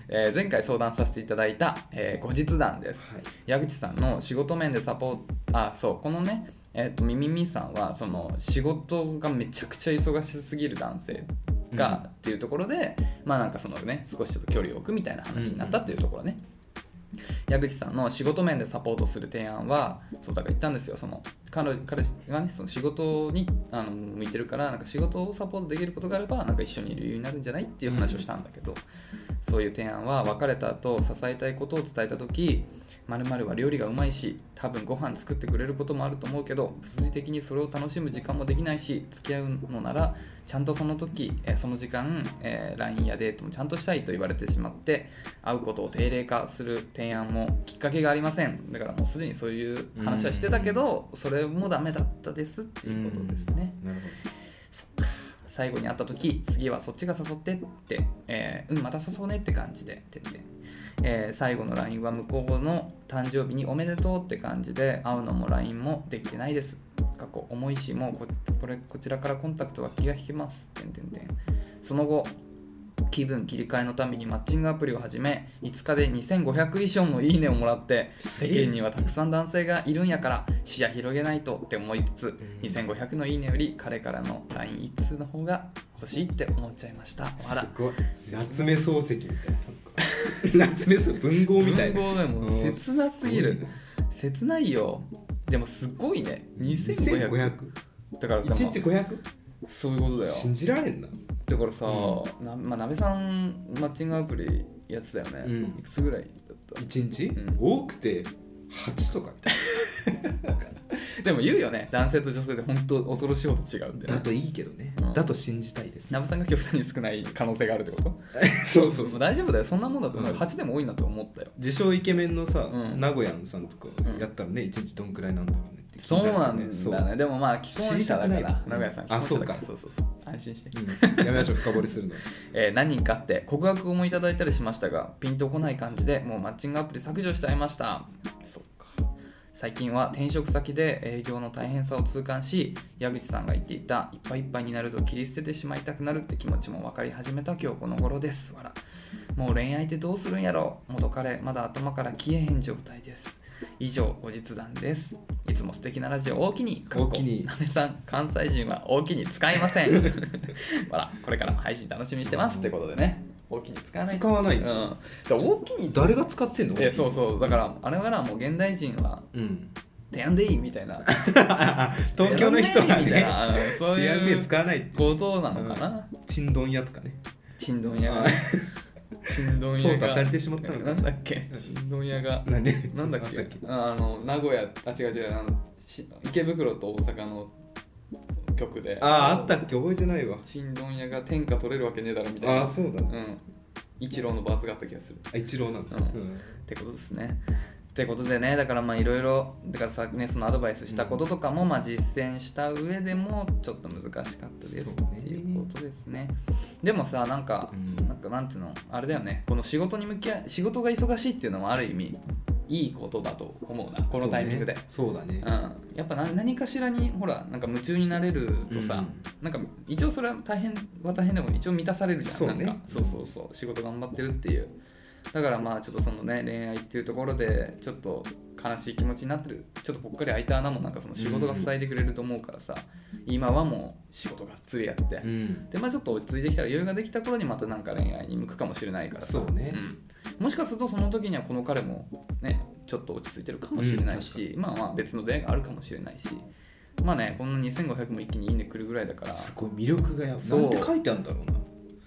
Speaker 2: えー前回相談させていただいた、えー後日談です、
Speaker 1: はい
Speaker 2: 矢口さんの仕事面でサポートあそうこのねえっとみみみさんはその仕事がめちゃくちゃ忙しすぎる男性が、っていうところでまあなんかそのね少しちょっと距離を置くみたいな話になったっていうところね、矢口さんの仕事面でサポートする提案はそうだから言ったんですよその彼彼がねその仕事にあの向いてるからなんか仕事をサポートできることがあればなんか一緒にいる理由になるんじゃないっていう話をしたんだけど、そういう提案は別れた後支えたいことを伝えた時まるは料理がうまいし多分ご飯作ってくれることもあると思うけど物理的にそれを楽しむ時間もできないし付き合うのならちゃんとその時、えーその時間、えー LINE やデートもちゃんとしたいと言われてしまって会うことを定例化する提案もきっかけがありませんだからもうすでにそういう話はしてたけどそれもダメだったですっていうことですね。
Speaker 1: なるほ
Speaker 2: 最後に会った時次はそっちが誘ってって、えーうんまた誘うねって感じでてって、えー最後の LINE は向こうの誕生日におめでとうって感じで会うのも LINE もできてないです過去重いしもうここれこちらからコンタクトは気が引きますてんてんてんその後気分切り替えのためにマッチングアプリを始め5日で2500以上のいいねをもらって
Speaker 1: す
Speaker 2: 世
Speaker 1: げえ
Speaker 2: 間にはたくさん男性がいるんやから視野広げないとって思いつつ
Speaker 1: ん
Speaker 2: 2500のいいねより彼からの LINE1 通の方が欲しいって思っちゃいましたあら
Speaker 1: すごい夏目漱石みたいなな んか夏目漱石文豪みたいな
Speaker 2: 文豪でも
Speaker 1: うん
Speaker 2: 切なすぎ
Speaker 1: す
Speaker 2: る
Speaker 1: ごいな
Speaker 2: 切ないよでもすごいね2500
Speaker 1: 2500
Speaker 2: だからでも
Speaker 1: 一日 500?
Speaker 2: そういうことだよ
Speaker 1: 信じられんな
Speaker 2: だからさ、
Speaker 1: う
Speaker 2: なまあ、なべさんマッチングアプリやってたよね、
Speaker 1: うん
Speaker 2: いくつぐらいだっ
Speaker 1: 一日、
Speaker 2: うん
Speaker 1: 多くて8とかみたい
Speaker 2: たでも言うよね男性と女性で本当恐ろしいほど違うんだ
Speaker 1: な
Speaker 2: よ、ね
Speaker 1: だ、といいけどね、
Speaker 2: うん
Speaker 1: だと信じたいです
Speaker 2: なべさんが極端に少ない可能性があるってこと
Speaker 1: そうそう
Speaker 2: も
Speaker 1: そう
Speaker 2: 大丈夫だよそんなもんだと思う、
Speaker 1: うん
Speaker 2: 8でも多いなと思ったよ
Speaker 1: 自称イケメンのさ、
Speaker 2: うん
Speaker 1: 名古屋さんとか
Speaker 2: うん
Speaker 1: やったらね一日どんくらいなんだろうねって聞
Speaker 2: そ
Speaker 1: いうた
Speaker 2: な
Speaker 1: ら
Speaker 2: ん
Speaker 1: そう
Speaker 2: だねでもまあ既婚者だ
Speaker 1: 知
Speaker 2: か
Speaker 1: りたく
Speaker 2: ら
Speaker 1: ない
Speaker 2: 名古屋さん
Speaker 1: うんあ
Speaker 2: 既婚者だか
Speaker 1: そ
Speaker 2: らそうそうそう安心して
Speaker 1: うんやめましょう深掘りするの
Speaker 2: えー何人かって告白をもいただいたりしましたがピンとこない感じでもうマッチングアプリ削除しちゃいましたそっか最近は転職先で営業の大変さを痛感し矢口さんが言っていたいっぱいいっぱいになると切り捨ててしまいたくなるって気持ちも分かり始めた今日この頃ですわらもう恋愛ってどうするんやろ元彼まだ頭から消えへん状態です以上後日談ですいつも素敵なラジオを大きに
Speaker 1: 大きに
Speaker 2: なめさん関西人は大きに使いません わらこれからも配信楽しみにしてますってことでね大きに使わない
Speaker 1: 使わない
Speaker 2: うんだから大きに
Speaker 1: 誰が使ってんの
Speaker 2: えそうそうだからあれはなもう現代人は
Speaker 1: うん、
Speaker 2: 手やんでいいみたいな
Speaker 1: 東京の人は
Speaker 2: 手やんでいいみたいな
Speaker 1: ね
Speaker 2: うんそう
Speaker 1: 手やん
Speaker 2: い
Speaker 1: で
Speaker 2: う
Speaker 1: 使わないって
Speaker 2: ことなのかな
Speaker 1: ちんどん屋とかね
Speaker 2: ちんどん屋が
Speaker 1: はい
Speaker 2: ちんどん
Speaker 1: 淘
Speaker 2: 屋
Speaker 1: 汰
Speaker 2: が
Speaker 1: されてしまったの
Speaker 2: な
Speaker 1: か
Speaker 2: んだっけちんどん屋が
Speaker 1: 何
Speaker 2: なんだっけあの名古屋あ違う違うあのし池袋と大阪の局で
Speaker 1: あああったっけ覚えてないわ
Speaker 2: ちんどん屋が天下取れるわけねえだろみたい
Speaker 1: あ
Speaker 2: な
Speaker 1: あそうだね
Speaker 2: うん一郎のバーツがあった気がする
Speaker 1: あ一郎なんだ、
Speaker 2: うんってことですね。ってことでねだからまあいろいろだからさねそのアドバイスしたこととかもまあ実践した上でもちょっと難しかったです
Speaker 1: そう
Speaker 2: っ
Speaker 1: ね
Speaker 2: ていうことですね。でもさなんか、
Speaker 1: うん
Speaker 2: なんかなんていうのあれだよねこの仕事に向き合い仕事が忙しいっていうのもある意味いいことだと思うなこのタイミングで。
Speaker 1: そうだね
Speaker 2: うん、やっぱ何何かしらにほらなんか夢中になれるとさ、なんか一応それは大変は大変でも一応満たされるじゃん
Speaker 1: そうね
Speaker 2: なんかそうそうそう仕事頑張ってるっていうだからまあちょっとそのね恋愛っていうところでちょっと悲しい気持ちになってるちょっとぽっかり空いた穴もなんかその仕事が塞いでくれると思うからさ、今はもう仕事がっつりやって、
Speaker 1: うん
Speaker 2: でまあちょっと落ち着いてきたら余裕ができた頃にまたなんか恋愛に向くかもしれないからさ
Speaker 1: そうね
Speaker 2: うん、もしかするとその時にはこの彼もねちょっと落ち着いてるかもしれないし、まあまあ別の出会いがあるかもしれないしまあねこの2500も一気にいいねくるぐらいだから
Speaker 1: すごい魅力がやばい
Speaker 2: そう
Speaker 1: なんて書いてあるんだろうな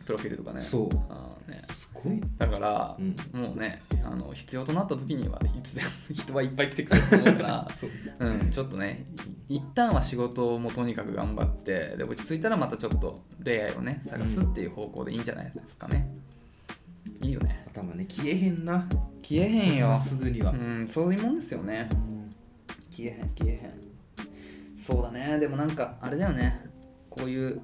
Speaker 2: プロフィールとかね
Speaker 1: そう
Speaker 2: あーね
Speaker 1: すごい
Speaker 2: だから、
Speaker 1: うん
Speaker 2: もうねあの必要となった時にはいつでも 人はいっぱい来てくれると思うから
Speaker 1: そう
Speaker 2: うん、ちょっとねい一旦は仕事をもうとにかく頑張ってで落ち着いたらまたちょっと恋愛をね探すっていう方向でいいんじゃないですかね、いいよね
Speaker 1: 頭ね消えへんな
Speaker 2: 消えへんよ
Speaker 1: そなすぐには、
Speaker 2: うんそういうもんですよね消えへん消えへんそうだねでもなんかあれだよねこういう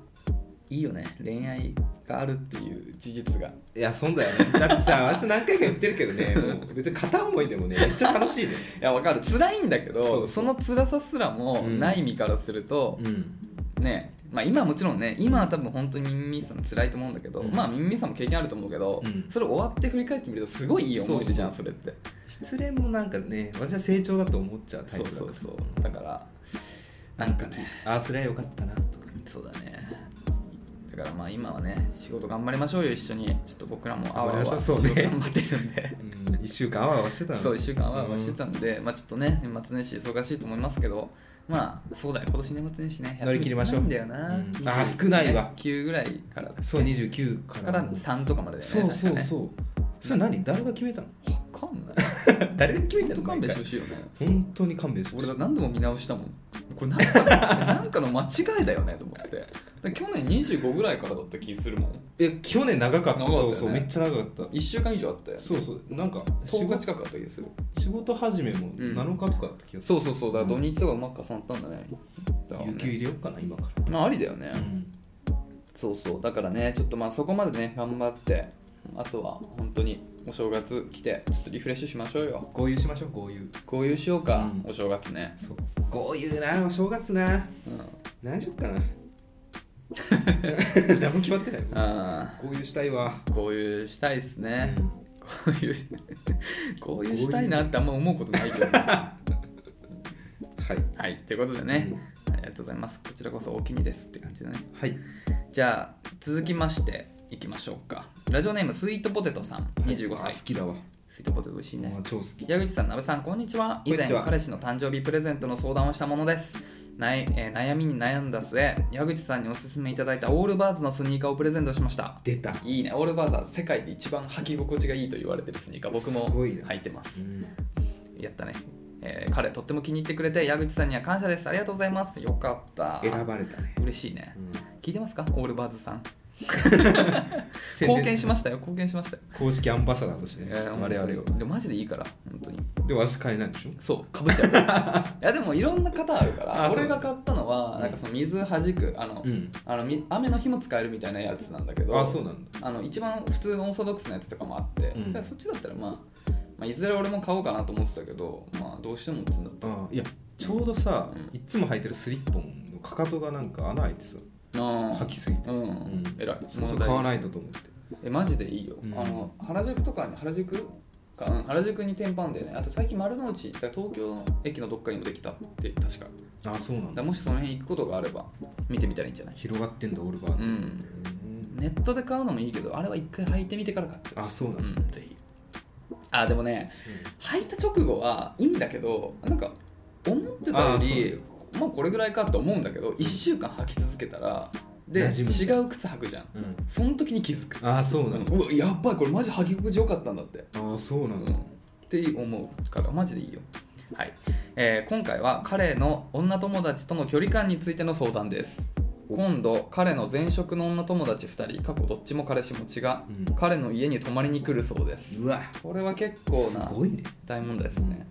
Speaker 2: いいよね恋愛があるっていう事実が
Speaker 1: いやそんだよねだってさ私何回か言ってるけどねもう別に片思いでもねめっちゃ楽しいね、
Speaker 2: いやわかる辛いんだけど
Speaker 1: そ
Speaker 2: そう
Speaker 1: そう
Speaker 2: の辛さすらも
Speaker 1: うん
Speaker 2: ない身からすると、
Speaker 1: ん、
Speaker 2: ねまあ今はもちろんね今は多分本当にミンミンさん辛いと思うんだけど、
Speaker 1: うん
Speaker 2: まあミンミンさんも経験あると思うけど、
Speaker 1: うん
Speaker 2: それ終わって振り返ってみるとすごいいい思い出じゃんそ
Speaker 1: そ
Speaker 2: れって
Speaker 1: 失恋もなんかね私は成長だと思っちゃうタイ
Speaker 2: そ
Speaker 1: プだか
Speaker 2: う
Speaker 1: ら
Speaker 2: そうそうだからなんかね
Speaker 1: ああすりゃよかったなとか
Speaker 2: そうだねだからまあ今はね仕事頑張りましょうよ一緒にちょっと僕らもあわあわ
Speaker 1: 頑張りましょう
Speaker 2: 仕
Speaker 1: そう
Speaker 2: 事
Speaker 1: ね
Speaker 2: 頑張ってるんで
Speaker 1: うん、1週間あわあわしてたの
Speaker 2: そう1週間あわあわしてたんで、まあちょっとね年末年始忙しいと思いますけどまあそうだよ今年年末年始ね
Speaker 1: 乗り切りましょう
Speaker 2: 休み少ないんだよな、
Speaker 1: うんあー少ないわ
Speaker 2: 9ぐらいからだっけ
Speaker 1: そう29か
Speaker 2: からら3とかまでだよね
Speaker 1: そうそう
Speaker 2: う
Speaker 1: そう、それ何誰が決めたの
Speaker 2: 分かんない
Speaker 1: 誰が決め
Speaker 2: ちょ
Speaker 1: た
Speaker 2: っと
Speaker 1: の
Speaker 2: 勘弁してほ
Speaker 1: 毎
Speaker 2: しいよね
Speaker 1: 回本当に勘弁してほし
Speaker 2: 俺
Speaker 1: い
Speaker 2: だ何度も見直したもんこれな んかなんかの間違いだよねと思ってだから去年25ぐらいからだった気するもん
Speaker 1: え去年長かった
Speaker 2: 長かったよ
Speaker 1: そ
Speaker 2: ね
Speaker 1: うそうめっちゃ長かった
Speaker 2: 1週間以上あったよ
Speaker 1: そうそうなんか
Speaker 2: 10日
Speaker 1: 仕事
Speaker 2: 近くあった気がする
Speaker 1: 仕事始めも
Speaker 2: うん
Speaker 1: 7日とかだった気がする、
Speaker 2: そうそうそうだから土日とかうまく重なったんだねだから
Speaker 1: 有給入
Speaker 2: ね
Speaker 1: れようかな今か
Speaker 2: まあありだよね、
Speaker 1: ら、うん
Speaker 2: そうそうだからねちょっとまあそこまでね頑張ってあとは本当にお正月来てちょっとリフレッシュしましょうよ
Speaker 1: 合流しましょう合流
Speaker 2: 合流しようか、
Speaker 1: うん
Speaker 2: お正月ね、
Speaker 1: そう合流なお正月な
Speaker 2: うん、
Speaker 1: 何しよっかな何も決まってない
Speaker 2: あ
Speaker 1: こういうしたいわ
Speaker 2: あこういうしたいっすねこういう こういうしたいなってあんま思うことないけど
Speaker 1: はい
Speaker 2: はいということでねありがとうございますこちらこそお気にですって感じだね
Speaker 1: はい
Speaker 2: じゃあ続きましていきましょうかラジオネームスイートポテトさん25
Speaker 1: あ
Speaker 2: 歳
Speaker 1: 好
Speaker 2: ス
Speaker 1: きだわ
Speaker 2: イートポテト美味しいね
Speaker 1: あ超好き
Speaker 2: 矢口さん、鍋さん、こんにちは。
Speaker 1: こん
Speaker 2: 以
Speaker 1: に
Speaker 2: 前
Speaker 1: ちは、
Speaker 2: 彼氏の誕生日プレゼントの相談をしたものです。ないえー悩みに悩んだ末、矢口さんにおすすめいただいたオールバーズのスニーカーをプレゼントしました。
Speaker 1: 出た
Speaker 2: いいね、オールバーズは世界で一番履き心地がいいと言われてるスニーカー、僕も
Speaker 1: すごいな
Speaker 2: 履いてます
Speaker 1: う。ん
Speaker 2: やったね。えー彼、とっても気に入ってくれて、矢口さんには感謝です。ありがとうございます。よかった。
Speaker 1: 選ばれたね
Speaker 2: 嬉しいね
Speaker 1: う。ん
Speaker 2: 聞いてますかオールバーズさん。
Speaker 1: 宣伝
Speaker 2: 貢献しましたよ、貢献しましたよ。
Speaker 1: 公式アンバサダーとして
Speaker 2: え
Speaker 1: ね
Speaker 2: ー
Speaker 1: 我々を
Speaker 2: でもマジでいいから、本当に。
Speaker 1: でも私買えないでしょ
Speaker 2: そうかぶっち ゃういやでもいろんな型あるから
Speaker 1: あそう
Speaker 2: 俺が買ったのはなんかその水はじくあの、
Speaker 1: うん
Speaker 2: あのみ雨の日も使えるみたいなやつなんだけど
Speaker 1: あそうなんだ
Speaker 2: あの一番普通のオーソドックスなやつとかもあって、
Speaker 1: うん
Speaker 2: だからそっちだったら、まあ、まあいずれ俺も買おうかなと思ってたけどまあどうしてもってんだっ
Speaker 1: あいやちょうどさ
Speaker 2: うん
Speaker 1: いつも履いてるスリッポンのかかとがなんか穴開いてさ
Speaker 2: たあ
Speaker 1: 履きすぎて
Speaker 2: うん、
Speaker 1: うん
Speaker 2: 偉い
Speaker 1: そうそう
Speaker 2: 物
Speaker 1: 買わ
Speaker 2: 大事
Speaker 1: ないとと思って
Speaker 2: えマジでいいよ、
Speaker 1: うん
Speaker 2: あの原宿とかに原宿か、うん、原宿に店舗あんだよねあと最近丸の内だから東京の駅のどっかにもできたって確か
Speaker 1: あそうな
Speaker 2: だ
Speaker 1: ん
Speaker 2: か
Speaker 1: だ
Speaker 2: らもしその辺行くことがあれば見てみたらいいんじゃない
Speaker 1: 広がってんだオールバーツ
Speaker 2: うん
Speaker 1: うん
Speaker 2: ネットで買うのもいいけどあれは一回履いてみてから買って
Speaker 1: あそうなん
Speaker 2: う
Speaker 1: だ
Speaker 2: んぜひあでもね履いた直後はいいんだけどなんか思ってたよ
Speaker 1: あそう
Speaker 2: りまあこれぐらいかと思うんだけど1週間履き続けたらで違う
Speaker 1: 馴染
Speaker 2: 靴履くじゃん
Speaker 1: うん
Speaker 2: その時に気づく
Speaker 1: あそうなんだ
Speaker 2: うわやばいこれマジ履き心地よかったんだって
Speaker 1: あそうなん
Speaker 2: うん、
Speaker 1: だ
Speaker 2: って思うからマジでいいよ、はいえー今回は彼の女友達との距離感についての相談です今度彼の前職の女友達2人過去どっちも彼氏持ちが
Speaker 1: うん
Speaker 2: 彼の家に泊まりに来るそうです
Speaker 1: うわ
Speaker 2: これは結構
Speaker 1: す
Speaker 2: な
Speaker 1: ごいね
Speaker 2: 大問題ですね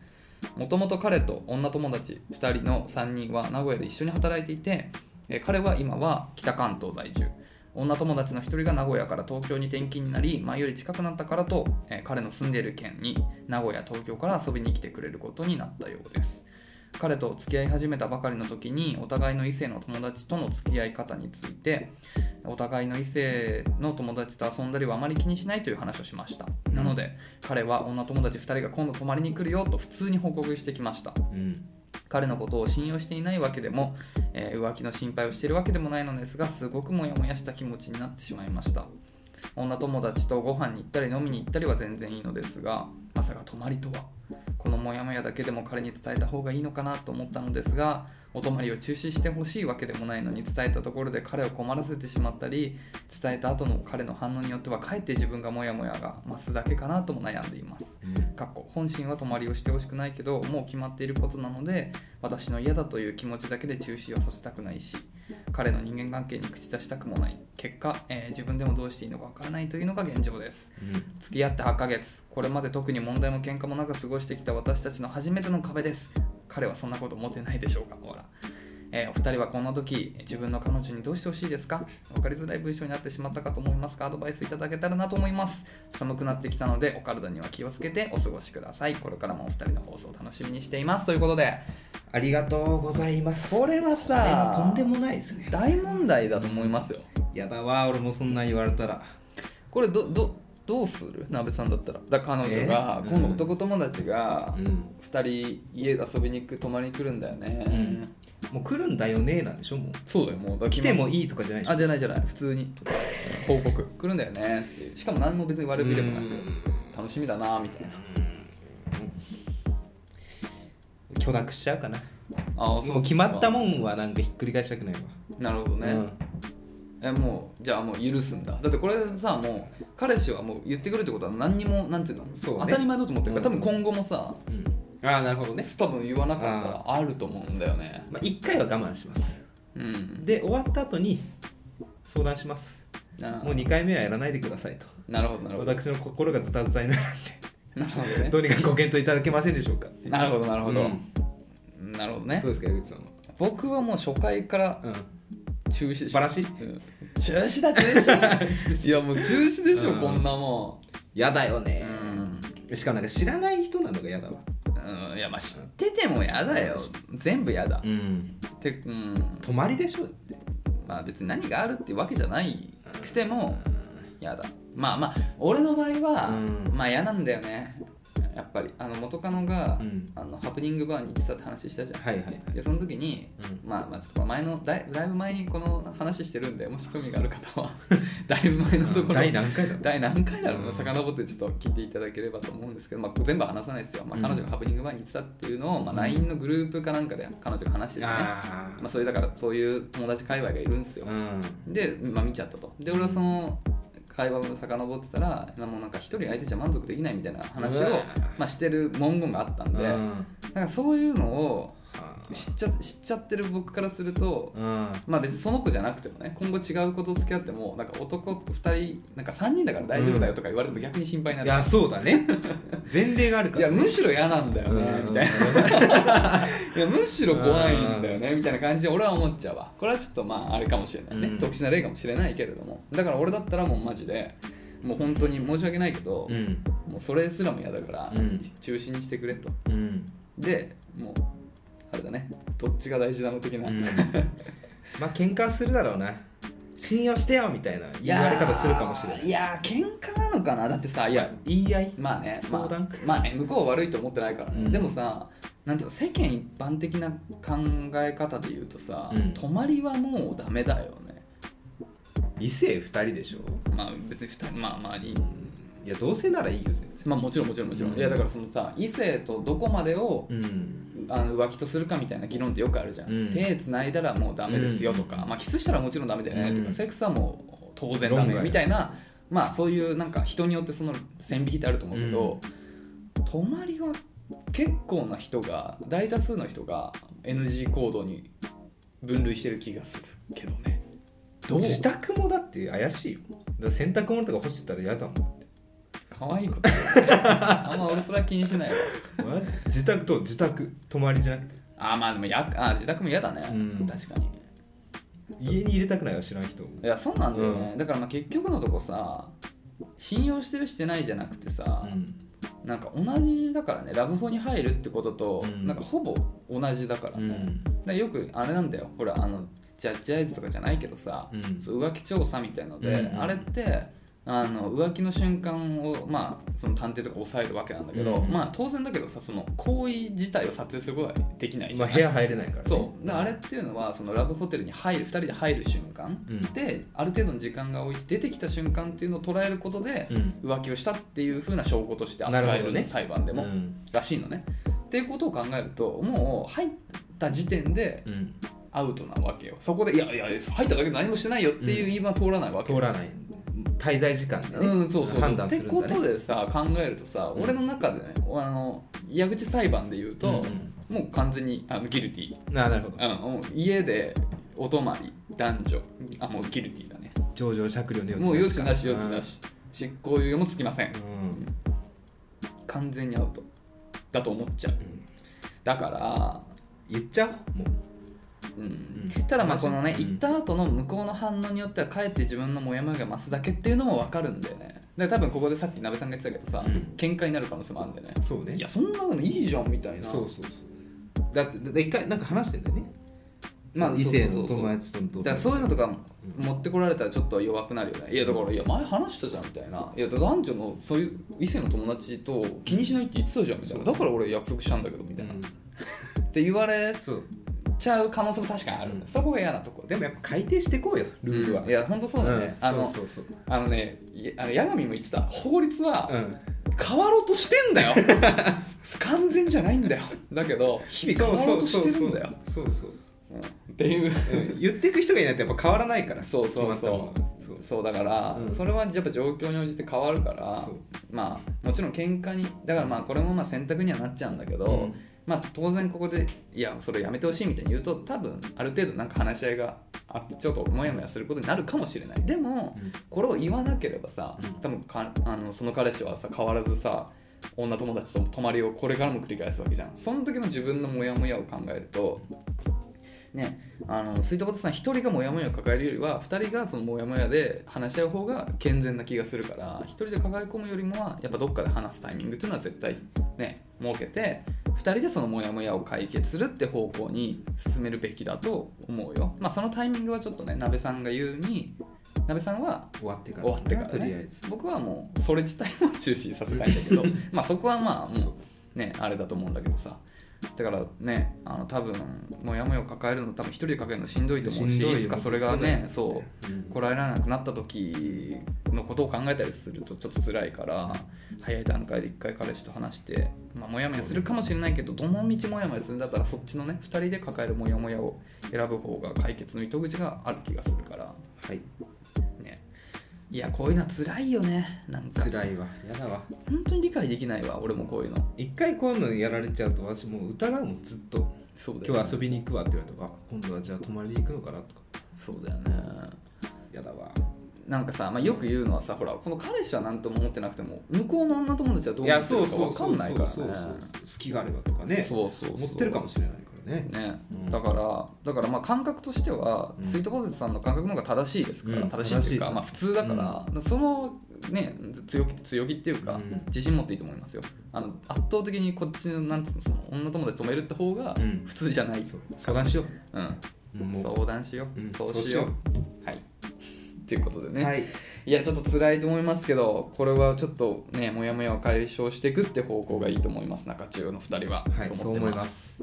Speaker 2: もともと彼と女友達2人の3人は名古屋で一緒に働いていてえー彼は今は北関東在住女友達の1人が名古屋から東京に転勤になり前より近くなったからと、えー彼の住んでいる県に名古屋東京から遊びに来てくれることになったようです彼と付き合い始めたばかりの時にお互いの異性の友達との付き合い方についてお互いの異性の友達と遊んだりはあまり気にしないという話をしましたなので彼は女友達2人が今度泊まりに来るよと普通に報告してきました
Speaker 1: うん
Speaker 2: 彼のことを信用していないわけでも、えー浮気の心配をしているわけでもないのですがすごくモヤモヤした気持ちになってしまいました女友達とご飯に行ったり飲みに行ったりは全然いいのですがまさか泊まりとはこのモヤモヤだけでも彼に伝えた方がいいのかなと思ったのですがお泊まりを中止してほしいわけでもないのに伝えたところで彼を困らせてしまったり伝えた後の彼の反応によってはかえって自分がモヤモヤが増すだけかなとも悩んでいますかっこ本心は泊まりをしてほしくないけどもう決まっていることなので私の嫌だという気持ちだけで中止をさせたくないし彼の人間関係に口出したくもない結果、えー自分でもどうしていいのかわからないというのが現状です
Speaker 1: うん
Speaker 2: 付き合って8ヶ月これまで特に問題も喧嘩もなく過ごしてきた私たちの初めての壁です彼はそんなこと思ってないでしょうかほら、えーお二人はこんな時自分の彼女にどうしてほしいですか分かりづらい文章になってしまったかと思いますがアドバイスいただけたらなと思います寒くなってきたのでお体には気をつけてお過ごしくださいこれからもお二人の放送を楽しみにしていますということで
Speaker 1: ありがとうございます
Speaker 2: これは
Speaker 1: これはと
Speaker 2: さ
Speaker 1: んでもないですね
Speaker 2: 大問題だと思いますよ
Speaker 1: やだわ俺もそんなん言われたら
Speaker 2: これどどどうする鍋さんだったらだから彼女が
Speaker 1: え
Speaker 2: 今度男友達が、
Speaker 1: ん
Speaker 2: 2人家遊びに行く泊まりに来るんだよね、
Speaker 1: うんもう来るんだよねなんでしょもう
Speaker 2: そうだよもうだから
Speaker 1: 来てもいいとかじゃないでしょ
Speaker 2: あじゃないじゃない普通に報告来るんだよねっていうしかも何も別に悪びれもな
Speaker 1: う
Speaker 2: く
Speaker 1: ん
Speaker 2: 楽しみだなみたいな
Speaker 1: 許諾しちゃうかな
Speaker 2: あ
Speaker 1: もう決まった
Speaker 2: ん
Speaker 1: もんはなんかひっくり返したくないわ
Speaker 2: なるほどね、えもうじゃあもう許すんだだってこれさもう彼氏はもう言ってくるってことは何にもなんていうの
Speaker 1: そうね
Speaker 2: 当たり前だと思ってるから、
Speaker 1: うん
Speaker 2: 多分今後もさ
Speaker 1: うん、うん、ああなるほどね
Speaker 2: 多分言わなかったらあると思うんだよね
Speaker 1: まあ、1回は我慢します
Speaker 2: うん
Speaker 1: で終わった後に相談します
Speaker 2: あー
Speaker 1: もう2回目はやらないでくださいと
Speaker 2: なるほどなるほど
Speaker 1: 私の心がズタズタになるん
Speaker 2: なるほど
Speaker 1: で
Speaker 2: ね
Speaker 1: どうにかご検討いただけませんでしょうかっていう
Speaker 2: なるほどなるほど、
Speaker 1: うん
Speaker 2: なるほどね
Speaker 1: どうですか江口さんは、
Speaker 2: 僕はもう初回から
Speaker 1: う
Speaker 2: 中止で
Speaker 1: ん、
Speaker 2: しょ
Speaker 1: バラシ
Speaker 2: うん中止だ中 止いやもう中止でしょ
Speaker 1: うん
Speaker 2: こんなも
Speaker 1: やだよ
Speaker 2: んう
Speaker 1: ね、
Speaker 2: ん、
Speaker 1: しかもなんか知らない人なのがやだわ
Speaker 2: うん、いやまあ知っててもやだよ全部やだ
Speaker 1: うん
Speaker 2: てうん
Speaker 1: 泊まりでしょだって
Speaker 2: まあ別に何があるってわけじゃないくても嫌だまあまあ俺の場合は、
Speaker 1: うん
Speaker 2: まあ嫌なんだよねやっぱりあの元カノが、
Speaker 1: うん
Speaker 2: あのハプニングバーに行ってたって話したじゃん、
Speaker 1: はいはいはい
Speaker 2: でその時に、
Speaker 1: う
Speaker 2: まあまあちょっと前のだいだいぶ前にこの話してるんでもし興味がある方は だいぶ前のところ
Speaker 1: 第何回だろう
Speaker 2: 第何回だろうな
Speaker 1: うん
Speaker 2: 遡ってちょっと聞いていただければと思うんですけど、まあ、全部話さないですよ、まあ、
Speaker 1: うん
Speaker 2: 彼女がハプニング前に言ってたっていうのを、まあ、LINE のグループかなんかで彼女が話しててね、
Speaker 1: あー
Speaker 2: まあ、そういうだからそういう友達界隈がいるんですよ、
Speaker 1: うん
Speaker 2: で、まあ、見ちゃったとで俺はその会話を遡ってたら今もうなんか一人相手じゃ満足できないみたいな話を
Speaker 1: うわ、
Speaker 2: まあ、してる文言があったん
Speaker 1: う
Speaker 2: で、なん
Speaker 1: ん
Speaker 2: かそういうのを知っちゃ知っちゃってる僕からすると、
Speaker 1: うん
Speaker 2: まあ別にその子じゃなくてもね今後違う子と付き合ってもなんか男2人なんか3人だから大丈夫だよとか言われても逆に心配にないる、
Speaker 1: やそうだね前例がある
Speaker 2: い
Speaker 1: か
Speaker 2: や
Speaker 1: ら
Speaker 2: むしろ嫌なんだよねみたいないやむしろ怖いんだよねみたいな感じで俺は思っちゃうわこれはちょっとまああれかもしれないね、
Speaker 1: うん
Speaker 2: 特殊な例かもしれないけれどもだから俺だったらもうマジでもう本当に申し訳ないけど、
Speaker 1: うん
Speaker 2: もうそれすらも嫌だから、
Speaker 1: うん
Speaker 2: 中止にしてくれと
Speaker 1: うん
Speaker 2: でもうあれだねどっちが大事なの的な、
Speaker 1: うんまあ喧嘩するだろうな信用してよみたいな言われ方するかもしれない
Speaker 2: いやーいやー喧嘩なのかなだってさいや
Speaker 1: 言い合い
Speaker 2: まあね、ま
Speaker 1: 相談
Speaker 2: あ、まあね向こうは悪いと思ってないからね、
Speaker 1: うん
Speaker 2: でもさなんていうの世間一般的な考え方で言うとさ、
Speaker 1: うん
Speaker 2: 泊まりはもうダメだよね
Speaker 1: 異性二人でしょ
Speaker 2: まあ別に2人まあまあいい、
Speaker 1: いや同性ならいいよね
Speaker 2: まあもちろんもちろんもちろん、
Speaker 1: うん
Speaker 2: いやだからそのさ異性とどこまでを
Speaker 1: うん
Speaker 2: あの浮気とするかみたいな議論ってよくあるじゃん、
Speaker 1: うん
Speaker 2: 手つないだらもうダメですよとか、
Speaker 1: うん
Speaker 2: まあ、キスしたらもちろんダメだよねとか、
Speaker 1: うん
Speaker 2: セックスはもう当然ダメみたいな、まあ、そういうなんか人によってその線引きってあると思うけど、泊まりは結構な人が大多数の人が NG 行動に分類してる気がするけどねどう
Speaker 1: 自宅もだって怪しいよだから洗濯物とか干してたら嫌だもん
Speaker 2: 可愛いこと言うねあんま俺それは気にしないわ
Speaker 1: 自宅と自宅泊まりじゃなくて
Speaker 2: あまあでもやあ自宅も嫌だね、
Speaker 1: うん
Speaker 2: 確かに
Speaker 1: 家に入れたくないわ知らん人を
Speaker 2: いやそうなんだよね、だからまあ結局のとこさ信用してるしてないじゃなくてさ、
Speaker 1: ん
Speaker 2: なんか同じだからねラブホに入るってことと、
Speaker 1: うん
Speaker 2: なんかほぼ同じだからね、
Speaker 1: うん
Speaker 2: だからよくあれなんだよほらあのジャッジアイズとかじゃないけどさ、
Speaker 1: うん
Speaker 2: そう浮気調査みたいので、
Speaker 1: うん
Speaker 2: あれってあの浮気の瞬間を、まあ、その探偵とか抑えるわけなんだけど、
Speaker 1: うん
Speaker 2: まあ当然だけどさその行為自体を撮影することはできないじ
Speaker 1: ま
Speaker 2: ゃ
Speaker 1: あ
Speaker 2: ない、
Speaker 1: 部屋入れないからね
Speaker 2: そうだからあれっていうのはそのラブホテルに入る2人で入る瞬間、
Speaker 1: うん
Speaker 2: である程度の時間が置いて出てきた瞬間っていうのを捉えることで
Speaker 1: うん
Speaker 2: 浮気をしたっていう風な証拠として扱
Speaker 1: な
Speaker 2: え
Speaker 1: るほ
Speaker 2: る
Speaker 1: どね
Speaker 2: 裁判でも、
Speaker 1: うん
Speaker 2: らしいのね。っていうことを考えるともう入った時点で
Speaker 1: うん
Speaker 2: アウトなわけよそこでいやいや入っただけで何もしてないよっていう言い分は通らないわけよ
Speaker 1: 通らない滞在時間でね
Speaker 2: うん、そうそう
Speaker 1: 判断するんだね
Speaker 2: ってことでさ考えるとさ、
Speaker 1: うん
Speaker 2: 俺の中でねあの矢口裁判で言うと、
Speaker 1: うん
Speaker 2: もう完全にあのギルティ
Speaker 1: ななるほど
Speaker 2: うん、もう家でお泊まり男女あもうギルティだね
Speaker 1: 上場酌量の
Speaker 2: もう
Speaker 1: 余
Speaker 2: 余
Speaker 1: 地
Speaker 2: 地
Speaker 1: な
Speaker 2: な
Speaker 1: し
Speaker 2: し
Speaker 1: か
Speaker 2: 余地なし執行猶予もつきません
Speaker 1: うん
Speaker 2: 完全にアウトだと思っちゃう
Speaker 1: うん
Speaker 2: だから
Speaker 1: 言っちゃうもう
Speaker 2: うん
Speaker 1: うん
Speaker 2: ただまあこのね
Speaker 1: うん
Speaker 2: 行った後の向こうの反応によってはかえって自分のモヤモヤが増すだけっていうのも分かるんだよねだから多分ここでさっき鍋さんが言ってたけどさ、
Speaker 1: うん
Speaker 2: 喧嘩になる可能性もあるんだよね
Speaker 1: そうね
Speaker 2: いやそんなのいいじゃんみたいな
Speaker 1: そうそうそうだってだって一回なんか話してんだよね
Speaker 2: まあ
Speaker 1: 異性の
Speaker 2: そうそうそう
Speaker 1: 友達との
Speaker 2: だからそういうのとか
Speaker 1: うん
Speaker 2: 持ってこられたらちょっと弱くなるよねいやだからいや前話したじゃんみたいないや男女のそういう異性の友達と気にしないって言ってたじゃんみたいなだから俺約束したんだけどみたいな、
Speaker 1: うん
Speaker 2: って言われ
Speaker 1: そう
Speaker 2: ちゃう可能性も確かにある、
Speaker 1: うん
Speaker 2: そこが嫌なとこ
Speaker 1: でもやっぱ改定していこうよルールは、
Speaker 2: うんいや本当そうだね、
Speaker 1: うん
Speaker 2: あの
Speaker 1: そうそうそう
Speaker 2: あのねいあの八神も言ってた法律は
Speaker 1: うん
Speaker 2: 変わろうとしてんだよ 完全じゃないんだよだけど日々変わろうとしてるんだよ
Speaker 1: そうそうそう
Speaker 2: うんっていう
Speaker 1: そううん言っていく人がいないとやっぱ変わらないから
Speaker 2: そうそう
Speaker 1: 決まったものはそう
Speaker 2: そうだから、
Speaker 1: うん
Speaker 2: それはやっぱ状況に応じて変わるから
Speaker 1: そう
Speaker 2: まあもちろん喧嘩にだからまあこれもまあ選択にはなっちゃうんだけど、
Speaker 1: うん
Speaker 2: まあ当然ここでいやそれやめてほしいみたいに言うと多分ある程度なんか話し合いがあってちょっとモヤモヤすることになるかもしれないでも、
Speaker 1: うん
Speaker 2: これを言わなければさ
Speaker 1: うん
Speaker 2: 多分かあのその彼氏はさ変わらずさ女友達と泊まりをこれからも繰り返すわけじゃんその時の自分のモヤモヤを考えるとねあのスイートポテトさん一人がモヤモヤを抱えるよりは二人がそのモヤモヤで話し合う方が健全な気がするから一人で抱え込むよりもはやっぱどっかで話すタイミングっていうのは絶対ね設けて二人でそのモヤモヤを解決するって方向に進めるべきだと思うよまあそのタイミングはちょっとね鍋さんが言うに鍋さんは
Speaker 1: 終わってから
Speaker 2: 終わってから、ね、
Speaker 1: とりあえず
Speaker 2: 僕はもうそれ自体も中止させたいんだ けどまあそこはまあもうねあれだと思うんだけどさだからねあの多分もやもやを抱えるの多分一人で抱えるのしんどいと思うし
Speaker 1: しんどいよ
Speaker 2: いつかそれがね
Speaker 1: ずっと
Speaker 2: そ
Speaker 1: ね
Speaker 2: う
Speaker 1: うん
Speaker 2: こらえられなくなった時のことを考えたりするとちょっと辛いから早い段階で一回彼氏と話して、まあ、もやもやするかもしれないけどどの道もやもやするんだったらそっちのね二人で抱えるもやもやを選ぶ方が解決の糸口がある気がするから。
Speaker 1: はい
Speaker 2: ねいやこういうのは辛いよねなんか
Speaker 1: 辛いわやだわ
Speaker 2: 本当に理解できないわ俺もこういうの
Speaker 1: 一回こういうのやられちゃうと私もう疑うもんずっと
Speaker 2: そうだよ、ね、
Speaker 1: 今日遊びに行くわって言われたらあ今度はじゃあ泊まりに行くのかなとか
Speaker 2: そうだよね
Speaker 1: やだわ
Speaker 2: なんかさ、まあ、よく言うのはさほらこの彼氏は何とも思ってなくても向こうの女友達はどう
Speaker 1: い
Speaker 2: 思
Speaker 1: や
Speaker 2: ってる
Speaker 1: そう
Speaker 2: か
Speaker 1: そう
Speaker 2: 分かんないからね
Speaker 1: そうそうそうそう隙があればとかね
Speaker 2: そうそうそう
Speaker 1: 持ってるかもしれないからね
Speaker 2: ね
Speaker 1: うん
Speaker 2: だからだからまあ感覚としては、
Speaker 1: うん
Speaker 2: スイートポテトさんの感覚の方が正しいですから、
Speaker 1: うん
Speaker 2: 正しいって
Speaker 1: 正
Speaker 2: いう
Speaker 1: し
Speaker 2: か、
Speaker 1: い
Speaker 2: まあ、普通だから、そのね強気強気っていうか、
Speaker 1: うん
Speaker 2: 自信持っていいと思いますよあの圧倒的にこっちのなんつうのその女友達止めるって方が
Speaker 1: うん
Speaker 2: 普通じゃない、うん
Speaker 1: そう相談しようもう
Speaker 2: 相談しよう、
Speaker 1: うん
Speaker 2: そうしよう
Speaker 1: そうしよ
Speaker 2: はいということでね、、
Speaker 1: はいい
Speaker 2: やちょっと辛いと思いますけどこれはちょっとねモヤモヤを解消していくって方向がいいと思います中中の2人は、
Speaker 1: はいそう思います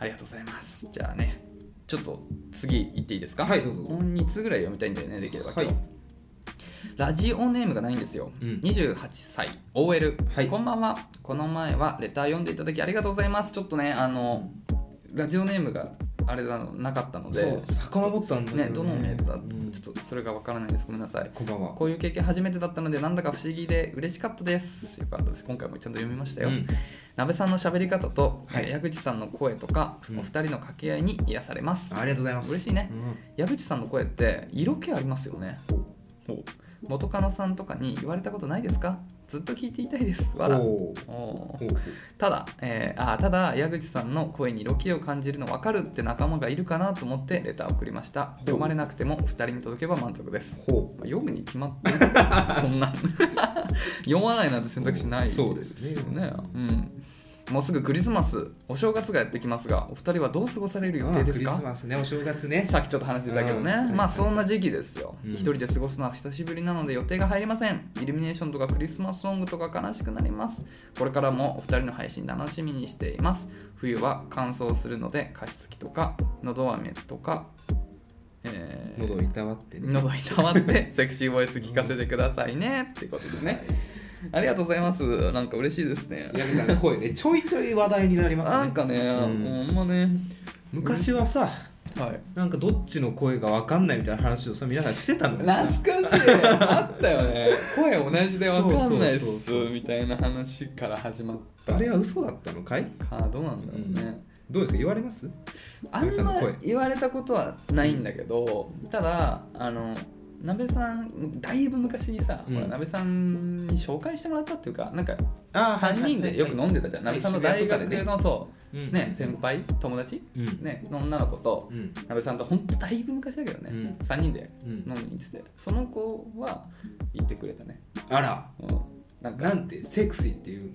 Speaker 2: ありがとうございますじゃあねちょっと次行っていいですか
Speaker 1: はいどうぞどうぞ
Speaker 2: 本2つぐらい読みたいんだよねできれば今日、
Speaker 1: はい
Speaker 2: ラジオネームがないんですよ、
Speaker 1: うん
Speaker 2: 28歳 OL、
Speaker 1: はい
Speaker 2: こんばんはこの前はレター読んでいただきありがとうございますちょっとねあのラジオネームがあれなのなかったので
Speaker 1: そうさかのぼったんだけどね
Speaker 2: ねどのメーター
Speaker 1: うん
Speaker 2: ちょっとそれがわからないですごめんなさい
Speaker 1: こんばんは
Speaker 2: こういう経験初めてだったのでなんだか不思議で嬉しかったですよかったです今回もちゃんと読みましたよ、
Speaker 1: うん
Speaker 2: 鍋さんの喋り方と、
Speaker 1: はい
Speaker 2: えー矢口さんの声とか、
Speaker 1: うん
Speaker 2: お二人の掛け合いに癒されます
Speaker 1: ありがとうございます
Speaker 2: 嬉しいね
Speaker 1: うん
Speaker 2: 矢口さんの声って色気ありますよね元カノさんとかに言われたことないですかずっと聞いていたいですわら
Speaker 1: おー
Speaker 2: おー
Speaker 1: おー
Speaker 2: ただ、えー、あーただ矢口さんの声に色気を感じるの分かるって仲間がいるかなと思ってレターを送りました
Speaker 1: う
Speaker 2: 読まれなくてもお二人に届けば満足です
Speaker 1: ほう
Speaker 2: まあ読むに決まって るこんなん読まないなんて選択肢ない
Speaker 1: そうですね
Speaker 2: ようん、もうすぐクリスマスお正月がやってきますがお二人はどう過ごされる予定
Speaker 1: あ
Speaker 2: で
Speaker 1: ク
Speaker 2: す
Speaker 1: リス
Speaker 2: か
Speaker 1: マスねお正月ね
Speaker 2: さっきちょっと話してたけどね、
Speaker 1: うん
Speaker 2: まあそんな時期ですよ、
Speaker 1: うん
Speaker 2: 一人で過ごすのは久しぶりなので予定が入りませんイルミネーションとかクリスマスソングとか悲しくなりますこれからもお二人の配信楽しみにしています冬は乾燥するので加湿器とかのど飴とか、えー
Speaker 1: 喉をいたわってね
Speaker 2: 喉いたわってセクシーボイス聞かせてくださいねってことでねありがとうございますなんか嬉しいですね
Speaker 1: 矢部さんの声ねちょいちょい話題になりますね
Speaker 2: なんかね、
Speaker 1: うん
Speaker 2: ほんまね
Speaker 1: 昔はさ
Speaker 2: はい
Speaker 1: なんかどっちの声がわかんないみたいな話をさ皆さんしてたのよさ
Speaker 2: 懐かしいあったよね声同じで分かんないっ
Speaker 1: そうそう
Speaker 2: す
Speaker 1: そうそう
Speaker 2: みたいな話から始まった
Speaker 1: あれは嘘だったのかい
Speaker 2: かどうなんだろうね、
Speaker 1: どうですか言われます
Speaker 2: あん
Speaker 1: 鍋さんの
Speaker 2: ま
Speaker 1: 声
Speaker 2: 言われたことはないんだけどただあの鍋さんだいぶ昔にさ、
Speaker 1: うん
Speaker 2: ほら鍋さんに紹介してもらったっていうかなんか
Speaker 1: あー
Speaker 2: 3人でよく飲んでたじゃん、
Speaker 1: はいはい
Speaker 2: 鍋さんの大学のそう、
Speaker 1: うん
Speaker 2: ね、先輩友達、
Speaker 1: うん
Speaker 2: ね、の女の子と、
Speaker 1: うん
Speaker 2: 鍋さんと本当だいぶ昔だけどね、
Speaker 1: うん
Speaker 2: 3人で
Speaker 1: うん
Speaker 2: 飲みに行っててその子は言ってくれたね、
Speaker 1: あら
Speaker 2: うん、なんか
Speaker 1: なんてセクシーっていうのよ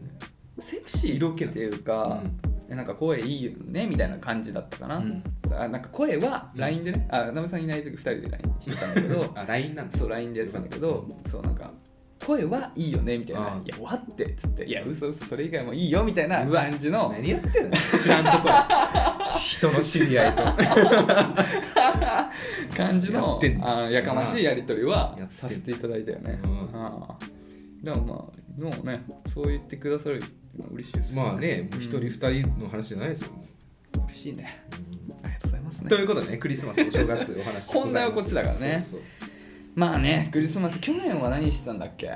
Speaker 2: セクシー
Speaker 1: 色気
Speaker 2: っ
Speaker 1: なの
Speaker 2: ていうか、えなんか声いいよねみたいな感じだったかな、
Speaker 1: うん
Speaker 2: あなんか声は
Speaker 1: うん
Speaker 2: LINE でね、あ鍋さんいない時2人で LINE してたんだけど
Speaker 1: うんあ LINE なんです
Speaker 2: そう LINE でやってたんだけどそうなんか声はいいよねみたいな
Speaker 1: あ
Speaker 2: 「いやわ」ってっつって「いや嘘嘘それ以外もいいよ」みたいな
Speaker 1: うわ
Speaker 2: 感じの
Speaker 1: 何やってんの知らんと ころ人の知り合いと
Speaker 2: 感じ
Speaker 1: や
Speaker 2: の
Speaker 1: ってんの
Speaker 2: あのやかましいやり取り
Speaker 1: やっ
Speaker 2: は
Speaker 1: てんの
Speaker 2: させていただいたよね、
Speaker 1: うん
Speaker 2: ああでもまあでもねそう言ってくださるのは嬉しいですよ
Speaker 1: まあねもう一人
Speaker 2: うん
Speaker 1: 二人の話じゃないですよ
Speaker 2: 嬉しいねありがとうございますね
Speaker 1: ということでねクリスマスお正月お話でございます
Speaker 2: 本題はこっちだからね
Speaker 1: そう
Speaker 2: まあねクリスマス去年は何してたんだっけ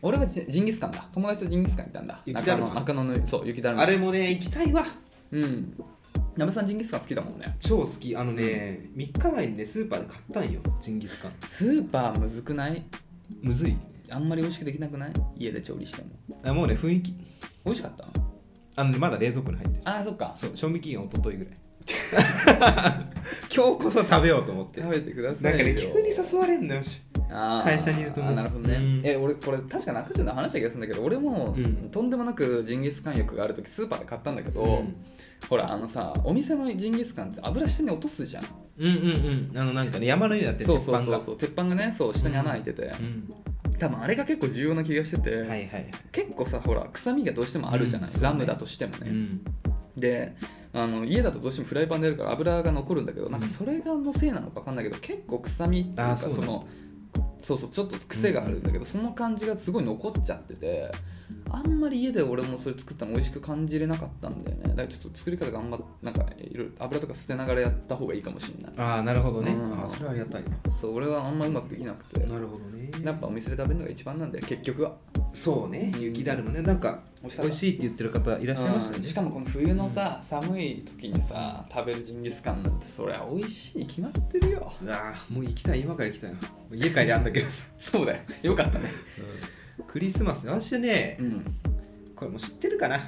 Speaker 2: 俺はジジンギスカンだ友達とジンギスカン行ったんだ
Speaker 1: 雪だるま
Speaker 2: 中野中野のそう雪
Speaker 1: そ
Speaker 2: だ
Speaker 1: う
Speaker 2: るま
Speaker 1: あれもね行きたいわ
Speaker 2: うん鍋さんジンギスカン好きだもんね
Speaker 1: 超好きあのね3日前にねスーパーで買ったんよジンギスカン
Speaker 2: スーパーむずくない
Speaker 1: むずい
Speaker 2: あんまり美味しくできなくない家で調理しても
Speaker 1: あもうね雰囲気
Speaker 2: 美味しかった
Speaker 1: あのねまだ冷蔵庫に入ってる
Speaker 2: あーそっか
Speaker 1: そう賞味期限一昨日ぐらい 今日こそ食べようと思って
Speaker 2: 食べてくださ
Speaker 1: ないん
Speaker 2: よ
Speaker 1: かね急に誘われんのよし
Speaker 2: あー
Speaker 1: 会社にいると思う
Speaker 2: あーなるほどね、
Speaker 1: うん
Speaker 2: え俺これ確か中条の話した気がするんだけど俺も、
Speaker 1: うん
Speaker 2: とんでもなくジンギスカン欲がある時スーパーで買ったんだけど、
Speaker 1: うん
Speaker 2: ほらあのさお店のジンギスカンって油下に落とすじゃん
Speaker 1: うんうんうんあのなんかね山のようになってる
Speaker 2: そうそうそう
Speaker 1: 鉄
Speaker 2: そう鉄板がねそう下に穴開いてて、
Speaker 1: 板がうん
Speaker 2: 多分あれが結構重要な気がしてて、
Speaker 1: はいはい
Speaker 2: 結構さほら臭みがどうしてもあるじゃない、
Speaker 1: うんそうね
Speaker 2: ラムだとしても
Speaker 1: う
Speaker 2: ね、
Speaker 1: ん
Speaker 2: であの家だとどうしてもフライパンでやるから油が残るんだけどなんかそれがのせいなのか分かんないけど結構臭みっていう
Speaker 1: あー
Speaker 2: か
Speaker 1: そ
Speaker 2: そう
Speaker 1: なんだ
Speaker 2: のそうそうちょっと癖があるんだけど、その感じがすごい残っちゃっててあんまり家で俺もそれ作ったの美味しく感じれなかったんだよねだからちょっと作り方頑張ってなんかいろいろ油とか捨てながらやった方がいいかもしれない
Speaker 1: ああなるほどね
Speaker 2: うん
Speaker 1: あーそれはありがたい
Speaker 2: そう俺はあんまうまくできなくて
Speaker 1: なるほどね
Speaker 2: やっぱお店で食べるのが一番なんだよ結局は
Speaker 1: そうね
Speaker 2: うん
Speaker 1: 雪だるまねなんか
Speaker 2: 美味しかっ
Speaker 1: 美
Speaker 2: た
Speaker 1: 味しいって言ってる方いらっしゃいました
Speaker 2: う
Speaker 1: ね
Speaker 2: んしかもこの冬のさ、寒い時にさ食べるジンギスカンなんてそりゃ美味しいに決まってるよ
Speaker 1: うわーもう行きたい今から行きたいな家帰りあんだけどさ
Speaker 2: そうだよよかったね
Speaker 1: クリスマスね私ね
Speaker 2: うん
Speaker 1: これもう知ってるかな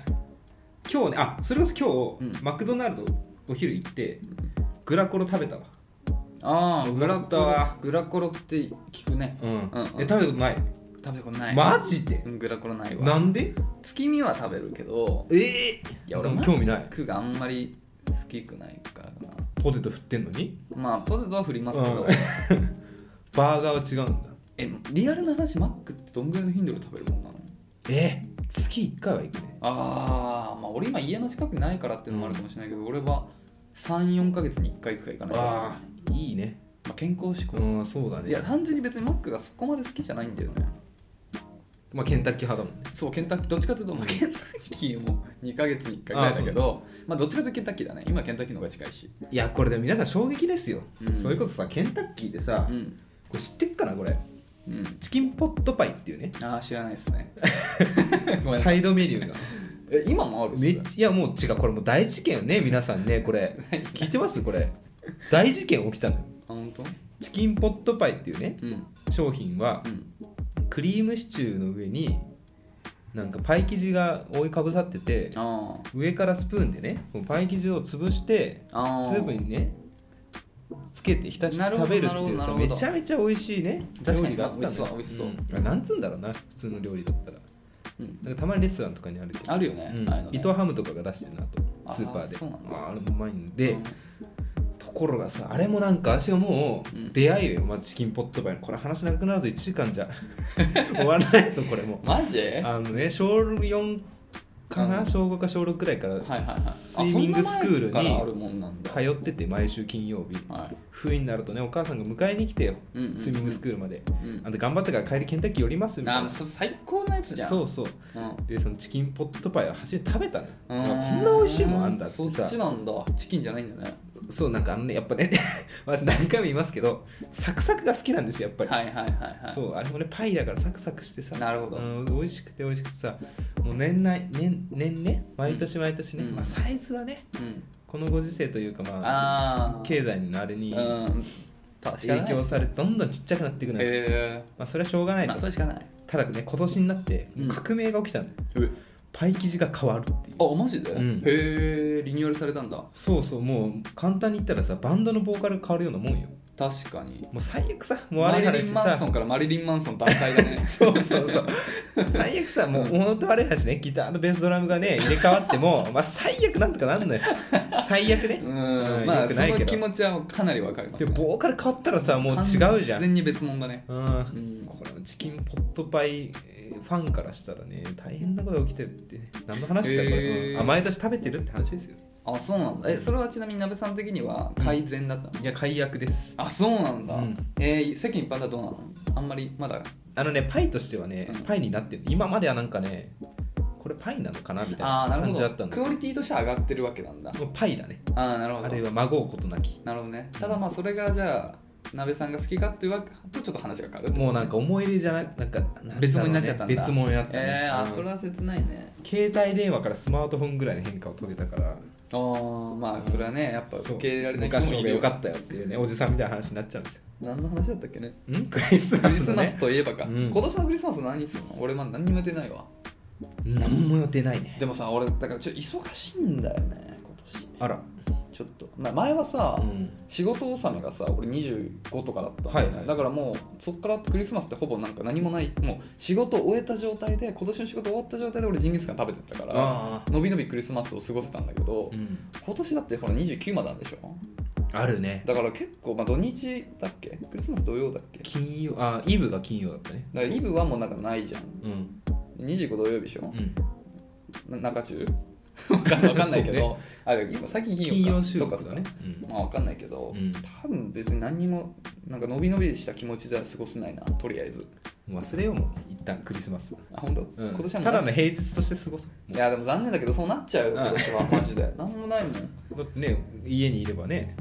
Speaker 1: 今日ねあそれこそ今日、
Speaker 2: うん
Speaker 1: マクドナルドお昼行ってグラコロ食べたわ
Speaker 2: ああグラコ
Speaker 1: よかった
Speaker 2: ログラコロって聞くね
Speaker 1: うん、
Speaker 2: うんうん
Speaker 1: え食べたことない、
Speaker 2: 食べたことない、
Speaker 1: マジで
Speaker 2: う、んグラコロない
Speaker 1: な
Speaker 2: わ
Speaker 1: んで
Speaker 2: 月見は食べるけど
Speaker 1: ええ
Speaker 2: いや俺
Speaker 1: でも
Speaker 2: も
Speaker 1: 興味ない
Speaker 2: クがあんまり好きくないからかな
Speaker 1: ポテト振ってんのに
Speaker 2: まあポテトは振りますけど、
Speaker 1: うんバーガーは違うんだ
Speaker 2: えリアルな話マックってどんぐらいの頻度で食べるもんなの
Speaker 1: え月1回は行くね
Speaker 2: ああまあ俺今家の近くにないからっていうのもあるかもしれないけど、俺は34ヶ月に1回行くか行かないか
Speaker 1: ああいいね
Speaker 2: まあ、健康志向、
Speaker 1: うんそうだね
Speaker 2: いや単純に別にマックがそこまで好きじゃないんだよね
Speaker 1: まあケンタッキー派だもんね
Speaker 2: そうケンタッキーどっちかというと、まあ、ケンタッキーも2ヶ月に1回ぐらいだけどまあどっちかというとケンタッキーだね今ケンタッキーの方が近いし
Speaker 1: いやこれでも皆さん衝撃ですよ、
Speaker 2: うん
Speaker 1: それこそさケンタッキーでさ、
Speaker 2: うん
Speaker 1: これ知ってっかなこれ
Speaker 2: うん
Speaker 1: チキンポットパイっていうね
Speaker 2: ああ知らないで すねごめんなさい
Speaker 1: サイドメニューが
Speaker 2: え今もある
Speaker 1: めっちゃいやもう違うこれもう大事件よね皆さんねこれ聞いてますこれ大事件起きたのよ
Speaker 2: あ本当
Speaker 1: チキンポットパイっていうね
Speaker 2: うん
Speaker 1: 商品は
Speaker 2: うん
Speaker 1: クリームシチューの上になんかパイ生地が覆いかぶさってて
Speaker 2: あー
Speaker 1: 上からスプーンでねこのパイ生地を潰してス
Speaker 2: あ
Speaker 1: ープにねつけて浸して
Speaker 2: なるほ
Speaker 1: 食べ
Speaker 2: ど
Speaker 1: るっていう
Speaker 2: なる
Speaker 1: さ
Speaker 2: ほど
Speaker 1: めちゃめちゃ美味しいね
Speaker 2: 確
Speaker 1: 料
Speaker 2: か
Speaker 1: 理
Speaker 2: に
Speaker 1: があったんだよ
Speaker 2: 美味しそう美味し
Speaker 1: うんなんつうんだろうな普通の料理だったら
Speaker 2: うん
Speaker 1: なんかたまにレストランとかにあるけど
Speaker 2: あるよね、
Speaker 1: うん
Speaker 2: ああいうのね
Speaker 1: 伊藤ハムとかが出してるなと
Speaker 2: あー
Speaker 1: スーパーで
Speaker 2: そうなんだ
Speaker 1: あーあれもうまいんで、ところがさあれもなんか私はも
Speaker 2: うん
Speaker 1: う出会いよ、まずチキンポットパイのこれ話なくなるぞ1時間 じゃ終わらないぞこれも
Speaker 2: マジは
Speaker 1: あのね小4かな、
Speaker 2: うん
Speaker 1: 小5か小6くらいから
Speaker 2: いはいはいあ
Speaker 1: スイミングスクール
Speaker 2: そんな前からあ
Speaker 1: に
Speaker 2: るもんなんだ
Speaker 1: 通ってて毎週金曜日
Speaker 2: はい
Speaker 1: 冬になるとねお母さんが迎えに来てよ、
Speaker 2: うんうんうん
Speaker 1: スイミングスクールまで、
Speaker 2: うん
Speaker 1: あんた頑張ったから帰りケンタッキー寄りますみた
Speaker 2: あ
Speaker 1: い
Speaker 2: も
Speaker 1: な
Speaker 2: うそ最高のやつじゃん
Speaker 1: そうそう
Speaker 2: うん
Speaker 1: でそのチキンポットパイを初めて食べたの
Speaker 2: う
Speaker 1: こんな美味しいもんあんだって
Speaker 2: そっ
Speaker 1: さ
Speaker 2: ちなんだチキンじゃないんだね
Speaker 1: そうなんかあのねやっぱね 私何回も言いますけどサクサクが好きなんですよやっぱり、
Speaker 2: はいはいはいはい
Speaker 1: そうあれもねパイだからサクサクしてさ
Speaker 2: なるほど
Speaker 1: うん、美味しくて美味しくてさもう年内年年ね毎年毎年ね、
Speaker 2: うん
Speaker 1: まあ、サイズはね
Speaker 2: うん
Speaker 1: このご時世というかまあ
Speaker 2: ああ
Speaker 1: 経済のあれに
Speaker 2: うん確か
Speaker 1: 影
Speaker 2: に
Speaker 1: 響されてどんどんちっちゃくなっていくのよ、
Speaker 2: え
Speaker 1: まあ、それはしょうがな
Speaker 2: え
Speaker 1: い
Speaker 2: ま
Speaker 1: と、
Speaker 2: あそれしかない
Speaker 1: ただね今年になって
Speaker 2: うん
Speaker 1: 革命が起きたのよ、
Speaker 2: え
Speaker 1: パイ生地が変わるっていう
Speaker 2: あマジで
Speaker 1: うん
Speaker 2: へえリニューアルされたんだ
Speaker 1: そうそうもう簡単に言ったらさバンドのボーカルが変わるようなもんよ
Speaker 2: 確かに
Speaker 1: もう最悪さもう
Speaker 2: マ
Speaker 1: 悪い
Speaker 2: リリ
Speaker 1: 話
Speaker 2: ン・マン
Speaker 1: さ
Speaker 2: ソンからマリリン・マンソン脱退だ ね
Speaker 1: そうそうそう最悪さもう物と悪い話ねギターとベースドラムがね入れ替わっても まあ最悪なんとかなんのよ最悪ね
Speaker 2: う
Speaker 1: うんん
Speaker 2: ま
Speaker 1: よ
Speaker 2: あ
Speaker 1: く
Speaker 2: そ
Speaker 1: ない
Speaker 2: の
Speaker 1: け
Speaker 2: 気
Speaker 1: ど
Speaker 2: 持ちはかなりわかります
Speaker 1: で
Speaker 2: ね
Speaker 1: ボーカル変わったらさもう違うじゃ
Speaker 2: 完
Speaker 1: ん
Speaker 2: 全に別物だね
Speaker 1: うん
Speaker 2: うん
Speaker 1: これはチキンポットパイえーファンからしたらね大変なことが起きてるってね何の話だこれ、
Speaker 2: へー
Speaker 1: うんあ毎年食べてるって話ですよ
Speaker 2: あそうなんだえそれはちなみに鍋さん的には改善だったの
Speaker 1: いや解約です
Speaker 2: あそうなんだ、
Speaker 1: うん
Speaker 2: えー、世間一般だとどうなのあんまりまだ
Speaker 1: あのねパイとしてはね
Speaker 2: うん
Speaker 1: パイになってる今まではなんかねこれパイなのかなみたい
Speaker 2: ああ
Speaker 1: な
Speaker 2: ーなる
Speaker 1: 感じだっ
Speaker 2: ほ
Speaker 1: た
Speaker 2: ど
Speaker 1: んだ
Speaker 2: クオリティとしては上がってるわけなんだ
Speaker 1: もうパイだね
Speaker 2: ああなるほ
Speaker 1: あ
Speaker 2: ど
Speaker 1: れはまごうことなき
Speaker 2: なるほどねただまあそれがじゃあ鍋さんが好きかっていうわけとちょっと話が変わる
Speaker 1: もうなんか思い入れじゃなくなんかなんだろうね
Speaker 2: 別物になっちゃったんだ
Speaker 1: 別物になったね、
Speaker 2: えー、
Speaker 1: う
Speaker 2: あ
Speaker 1: ん
Speaker 2: それは切ないね
Speaker 1: 携帯電話からスマートフォンぐらいの変化を遂げたから
Speaker 2: ああまあそれはねやっぱ
Speaker 1: そう
Speaker 2: 受け入れられない
Speaker 1: 昔の方が
Speaker 2: もいる
Speaker 1: 良
Speaker 2: よ
Speaker 1: かったよっていうねおじさんみたいな話になっちゃうんですよ
Speaker 2: 何の話だったっけね
Speaker 1: ん クリス
Speaker 2: ク
Speaker 1: マ
Speaker 2: リ
Speaker 1: ス
Speaker 2: ス
Speaker 1: の、ね、
Speaker 2: マスといえばか、
Speaker 1: うん
Speaker 2: 今年のクリスマス何するの俺まだ何にも出ないわ
Speaker 1: 何も予定ないね
Speaker 2: でもさ俺だからちょっと忙しいんだよね今年
Speaker 1: あら
Speaker 2: ちょっとな前はさ、
Speaker 1: うん
Speaker 2: 仕事納めがさ俺25とかだったんだよね、
Speaker 1: はいはい
Speaker 2: だからもうそっからクリスマスってほぼなんか何もないもう仕事を終えた状態で今年の仕事終わった状態で俺ジンギスカン食べてたから
Speaker 1: あ
Speaker 2: のびのびクリスマスを過ごせたんだけど、
Speaker 1: あ、うん、
Speaker 2: 今年だってほら29までなんでしょ
Speaker 1: あるね
Speaker 2: だから結構、まあ、土日だっけクリスマス土曜だっけだか
Speaker 1: 金曜あイブが金曜だったね
Speaker 2: らイブはもうなんかないじゃん
Speaker 1: うん
Speaker 2: 25土曜日でしょ
Speaker 1: う、ん
Speaker 2: な中中 わかんわかんないけど、
Speaker 1: そう
Speaker 2: あでも今最近
Speaker 1: 金曜
Speaker 2: か
Speaker 1: 収
Speaker 2: そ
Speaker 1: 録
Speaker 2: う
Speaker 1: だ
Speaker 2: か
Speaker 1: ね
Speaker 2: そうかまあわかんないけど、
Speaker 1: うん
Speaker 2: 多分別に何にもなんかのびのびした気持ちでは過ごせないなとりあえず
Speaker 1: うん忘れようもう一旦クリスマス、
Speaker 2: あ本当、
Speaker 1: うん、
Speaker 2: 今年はも
Speaker 1: た
Speaker 2: う
Speaker 1: だの平日として過ごそうも
Speaker 2: いやでも残念だけどそうなっちゃうよ
Speaker 1: うん
Speaker 2: 今年はマ ジで何もないもん
Speaker 1: うだってね家にいればね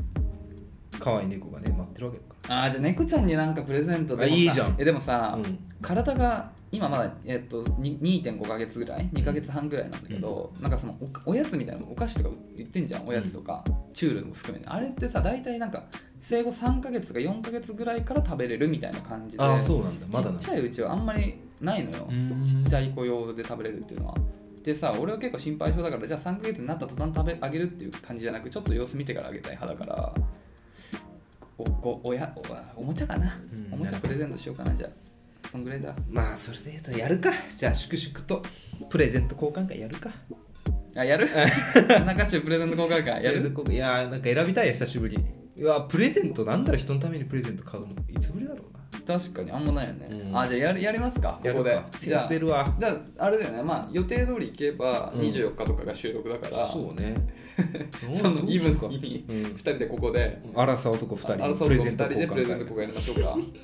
Speaker 1: 可愛い猫がね待ってるわけだか
Speaker 2: あーじゃあ猫ちゃんになんかプレゼントでもさ
Speaker 1: あいいじゃん
Speaker 2: えでもさ、
Speaker 1: うん
Speaker 2: 体が今まだ、えっとに2.5ヶ月ぐらい2ヶ月半ぐらいなんだけど、なんかそのおおやつみたいなのお菓子とか売ってんじゃんおやつとか、チュールも含めてあれってさ大体なんか生後3ヶ月か4ヶ月ぐらいから食べれるみたいな感じで
Speaker 1: らああそうなんだまだ
Speaker 2: ち
Speaker 1: な
Speaker 2: っちゃいうちはあんまりないのよ
Speaker 1: うーん
Speaker 2: ちっちゃい子用で食べれるっていうのはでさ俺は結構心配性だからじゃあ3ヶ月になった途端食べあげるっていう感じじゃなくちょっと様子見てからあげたい派だからおごおやおおもちゃかな、
Speaker 1: うん
Speaker 2: おもちゃプレゼントしようかなじゃあそんぐらいだ
Speaker 1: まあそれで言うとやるかじゃあ粛々とプレゼント交換会やるか
Speaker 2: あ やる中中プレゼント交換会やる
Speaker 1: いやーなんか選びたいよ久しぶりにうわプレゼントなんだろ人のためにプレゼント買うのいつぶりだろうな
Speaker 2: 確かにあんまないよね、
Speaker 1: うん
Speaker 2: あじゃあやるやりますかこ
Speaker 1: や
Speaker 2: こ
Speaker 1: る
Speaker 2: で
Speaker 1: かセ
Speaker 2: じ
Speaker 1: ン
Speaker 2: ゃ
Speaker 1: ス
Speaker 2: あ
Speaker 1: 出るわ
Speaker 2: じゃああれだよねまあ予定通り行けば
Speaker 1: うん
Speaker 2: 24日とかが収録だから、
Speaker 1: そうね
Speaker 2: そのイブの日
Speaker 1: に
Speaker 2: に
Speaker 1: うん
Speaker 2: 2人でここで
Speaker 1: 荒さ男2人
Speaker 2: あそう
Speaker 1: プレ
Speaker 2: 2
Speaker 1: ゼント
Speaker 2: 人
Speaker 1: 交
Speaker 2: でプレゼン
Speaker 1: 換
Speaker 2: ト
Speaker 1: 会
Speaker 2: 交換やりましょうか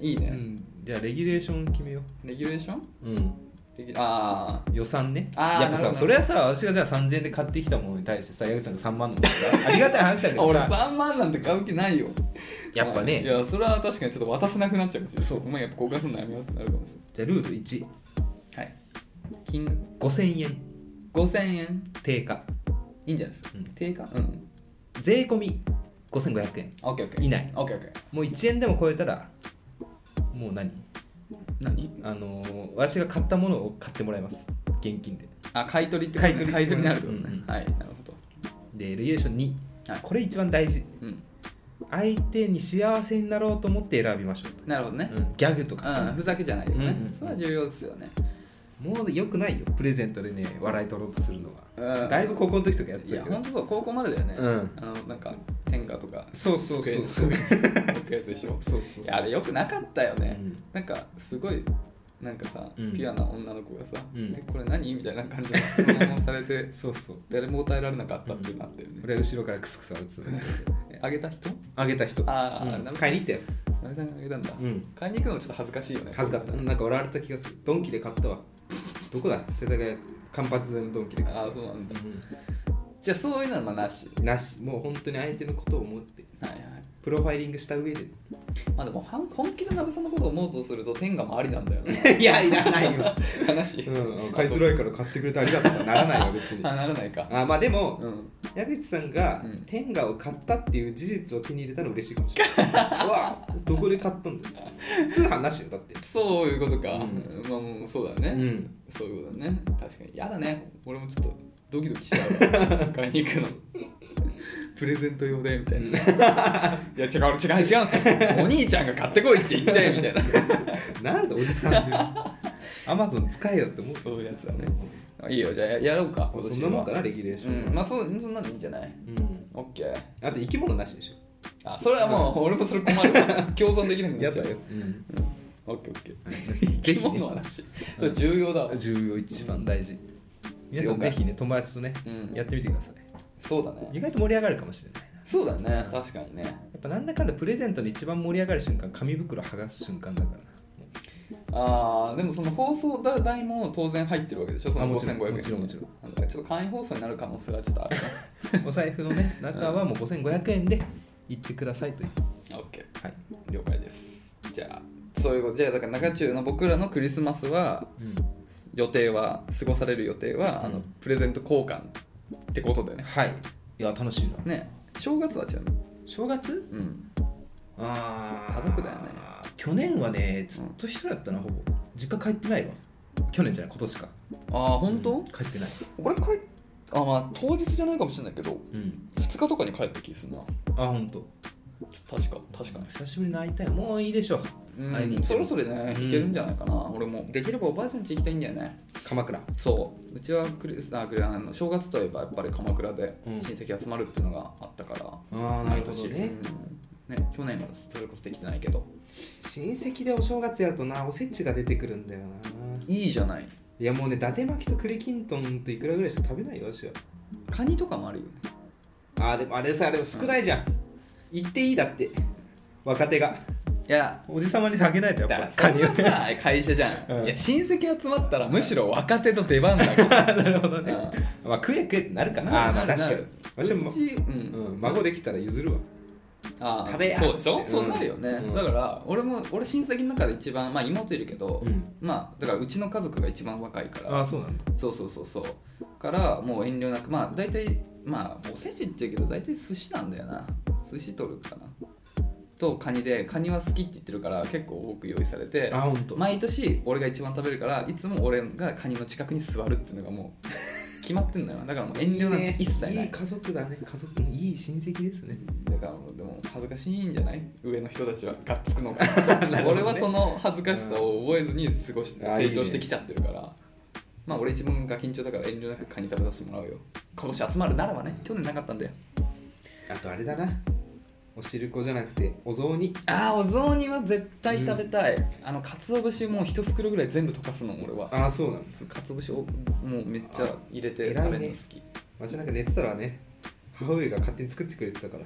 Speaker 2: いいうね
Speaker 1: んじゃあレギュレーション決めよ
Speaker 2: レギュレーション
Speaker 1: ううん
Speaker 2: レギュあ
Speaker 1: 予算ね
Speaker 2: あー
Speaker 1: やっぱ
Speaker 2: なるほど
Speaker 1: さそれはさ私がじゃあ3000円で買ってきたものに対してさ矢口さんが3万のもの さありがたい話だけ
Speaker 2: あ
Speaker 1: ど
Speaker 2: 俺
Speaker 1: さ
Speaker 2: 3万なんて買う気ないよ
Speaker 1: やっぱね
Speaker 2: いやそれは確かにちょっと渡せなくなっちゃうかもしれないそうお前やっぱ交換するのやめようってなるかもし
Speaker 1: じゃあルール1
Speaker 2: れないはい金額
Speaker 1: 5000円
Speaker 2: 5000円
Speaker 1: 定価
Speaker 2: いいんじゃないですか、
Speaker 1: うん
Speaker 2: 定価うん
Speaker 1: 税込み5500円
Speaker 2: オッケーオッケー
Speaker 1: いない
Speaker 2: オッケーオッケー
Speaker 1: もう1円でも超えたらもう何
Speaker 2: 何
Speaker 1: あのー私が買ったものを買ってもらいます現金で
Speaker 2: あ買い取りってことね
Speaker 1: 買い取りしてもら
Speaker 2: 買い
Speaker 1: い
Speaker 2: 取りになるってことね、はいなるほ
Speaker 1: でレギュレーション2、
Speaker 2: はい
Speaker 1: これ一番大事
Speaker 2: どうん
Speaker 1: 相手に幸せになろうと思って選びましょうと、
Speaker 2: なるほどね、
Speaker 1: うんギャグとかじゃ
Speaker 2: う、
Speaker 1: なんい
Speaker 2: ふざけじゃないよね、
Speaker 1: うんうんうん
Speaker 2: それは重要ですよね
Speaker 1: もうよくないよプレゼントでね笑い取ろうとするのは、
Speaker 2: うん
Speaker 1: だいぶ高校の時とかやって
Speaker 2: い
Speaker 1: た
Speaker 2: や
Speaker 1: けど
Speaker 2: 本当そう高校までだよね、
Speaker 1: うん
Speaker 2: あのなんか天下とか
Speaker 1: そうそうそう
Speaker 2: 机に置くやつでしょ
Speaker 1: そうそうそう
Speaker 2: いやあれよくなかったよね、
Speaker 1: うん
Speaker 2: なんかすごいなんかさ、
Speaker 1: うん
Speaker 2: ピュアな女の子がさ「
Speaker 1: うん
Speaker 2: えこれ何?」みたいな感じで質問さ れて
Speaker 1: そうそう
Speaker 2: 誰も答えられなかったってなったよね、
Speaker 1: 俺は後ろからクスクス笑ってたね
Speaker 2: え あげた人
Speaker 1: あげた人
Speaker 2: あー
Speaker 1: うん
Speaker 2: なるほど
Speaker 1: 買いに行ったよ
Speaker 2: あれさんがあげたんだ、
Speaker 1: うん
Speaker 2: 買いに行くのもちょっと恥ずかしいよね
Speaker 1: 恥ずかったなんか笑われた気がするドンキで買ったわどこだ世田谷間髪沿いのドンキで買った
Speaker 2: ああそうなんだ
Speaker 1: う
Speaker 2: じゃあそういうのはまあなし
Speaker 1: んなしもう本当に相手のことを思って
Speaker 2: はいはい
Speaker 1: プロファイリングした上 で
Speaker 2: まあでもはん本気で鍋さんのことを思うとすると天下もありなんだよ ね
Speaker 1: いやいらないよ、
Speaker 2: 話、
Speaker 1: うん、買いづらいから買ってくれてありがとうとはならないよ別 に
Speaker 2: あならないか
Speaker 1: あまあでも、
Speaker 2: うん
Speaker 1: 矢口さんが
Speaker 2: うん
Speaker 1: 天下を買ったっていう事実を手に入れたの嬉しいかもしれない うわどこで買ったんだよ通販なしよだって
Speaker 2: そういうことか、
Speaker 1: うん
Speaker 2: まあもうそうだね、
Speaker 1: うん
Speaker 2: そういうことだね確かにやだね俺もちょっとドキドキしちゃ うわ買いに行くのプレゼント用でみ たいないや違う俺違う違うんすよお兄ちゃんが買ってこいって言ってみたいな
Speaker 1: なんでおじさんアマゾン使えよって思う
Speaker 2: そういうやつだねいいよじゃあややろうか今年は
Speaker 1: そんなもんかなレギュレーションは
Speaker 2: うんまあそうそんなのいいんじゃない
Speaker 1: うん
Speaker 2: オッケー
Speaker 1: あと生き物なしでし
Speaker 2: あそれはもう俺もそれ困 るわ共存できなく
Speaker 1: ょ
Speaker 2: なっちゃうよ
Speaker 1: うん
Speaker 2: オッケーオッケー
Speaker 1: ぜ
Speaker 2: 生き
Speaker 1: ひ
Speaker 2: 物の話それ 重要だわ
Speaker 1: 重要一番大事皆さん
Speaker 2: 了解
Speaker 1: ぜひね友達とね、
Speaker 2: うん
Speaker 1: やってみてください
Speaker 2: そうだね
Speaker 1: 意外と盛り上がるかもしれないな
Speaker 2: そうだね確かにね
Speaker 1: やっぱなんだかんだプレゼントで一番盛り上がる瞬間紙袋剥がす瞬間だからな
Speaker 2: あーでもその放送代も当然入ってるわけでしょそ
Speaker 1: あ
Speaker 2: の
Speaker 1: もちろん
Speaker 2: 5500円
Speaker 1: もちろんもちろん
Speaker 2: なんかちょっと簡易放送になる可能性はちょっとある
Speaker 1: お財布のね中はもう5500円で行ってくださいという
Speaker 2: な OK
Speaker 1: はい、
Speaker 2: 了解ですじゃあそういうことじゃあだから中中の僕らのクリスマスは予定は過ごされる予定は、あ
Speaker 1: う
Speaker 2: の
Speaker 1: ん
Speaker 2: プレゼント交換ってことでね
Speaker 1: はいいや楽しいな
Speaker 2: ね正月はちなみに
Speaker 1: 正月
Speaker 2: うん
Speaker 1: あー
Speaker 2: 家族だよね
Speaker 1: 去年はねずっと一人だったなほぼ実家帰ってないわ去年じゃない今年か
Speaker 2: ああ本当、
Speaker 1: うん帰ってない
Speaker 2: 俺帰っあまあ当日じゃないかもしれないけど
Speaker 1: うん
Speaker 2: 普通20日とかに帰った気すんな
Speaker 1: あ本当。
Speaker 2: 確か確かに
Speaker 1: 久しぶりに会いたいもういいでしょ会いに行って
Speaker 2: そ
Speaker 1: も
Speaker 2: ろそろね
Speaker 1: うん
Speaker 2: 行けるんじゃないかな、俺もできればおばあちゃん家行きたいんだよね
Speaker 1: 鎌倉
Speaker 2: そううちはクリスあクリあの正月といえばやっぱり鎌倉で
Speaker 1: うん
Speaker 2: 親戚集まるっていうのがあったから、
Speaker 1: ああ
Speaker 2: 毎年、うんね去年はそれこそできてないけど
Speaker 1: 親戚でお正月やるとなおせちが出てくるんだよない
Speaker 2: いじゃない
Speaker 1: いやもうね伊達巻きと栗きんとんといくらぐらいしか食べないよ私は
Speaker 2: カニとかもあるよね
Speaker 1: あーでもあれさでも少ないじゃん行っていいだって若手が
Speaker 2: いや
Speaker 1: おじさまにあげないとや
Speaker 2: だから
Speaker 1: っ
Speaker 2: そ
Speaker 1: ぱカニ
Speaker 2: れ
Speaker 1: を
Speaker 2: はさ会社じゃん、
Speaker 1: うん
Speaker 2: いや親戚集まったらむしろ若手の出番だ からなるほどね、
Speaker 1: まあ食え食えってなるか
Speaker 2: うん
Speaker 1: なあーまあ確か
Speaker 2: な
Speaker 1: に
Speaker 2: る
Speaker 1: 私
Speaker 2: う
Speaker 1: も、
Speaker 2: ち、う
Speaker 1: うんん、孫できたら譲るわ
Speaker 2: あー
Speaker 1: 食べや
Speaker 2: そうでしょ、
Speaker 1: うん
Speaker 2: そうなるよね、
Speaker 1: うん
Speaker 2: だから俺も俺親戚の中で一番まあ妹いるけど、
Speaker 1: うん
Speaker 2: まあだからうちの家族が一番若いから
Speaker 1: ーそうなんだ
Speaker 2: そうそうそうそうからもう遠慮なくまあ大体まあおせちって言うけど大体寿司なんだよな寿司取るかなとカニでカニは好きって言ってるから結構多く用意されて
Speaker 1: あ本当。
Speaker 2: 毎年俺が一番食べるからいつも俺がカニの近くに座るっていうのがもう決まってんのよだからもう遠慮なんて一切ない
Speaker 1: いい家族だね家族いい親戚ですね
Speaker 2: だからもうでも恥ずかしいんじゃない上の人たちはがっつ くのが
Speaker 1: るほどね
Speaker 2: 俺はその恥ずかしさを覚えずに過ごして
Speaker 1: うんあいい
Speaker 2: 成
Speaker 1: ね
Speaker 2: 長してきちゃってるからまあ俺一番が緊張だから遠慮なくカニ食べさせてもらうよ今年集まるならばね去年なかったんだよ
Speaker 1: あとあれだなお汁粉じゃなくてお雑煮
Speaker 2: ああお雑煮は絶対食べたい、あの鰹節もう一袋ぐらい全部溶かすの俺は
Speaker 1: ああそうなんだ
Speaker 2: 鰹節をもうめっちゃ入れて
Speaker 1: あ偉いね
Speaker 2: 食べるの好きい,、
Speaker 1: 私なんか寝てたらね母上が勝手に作ってくれてたから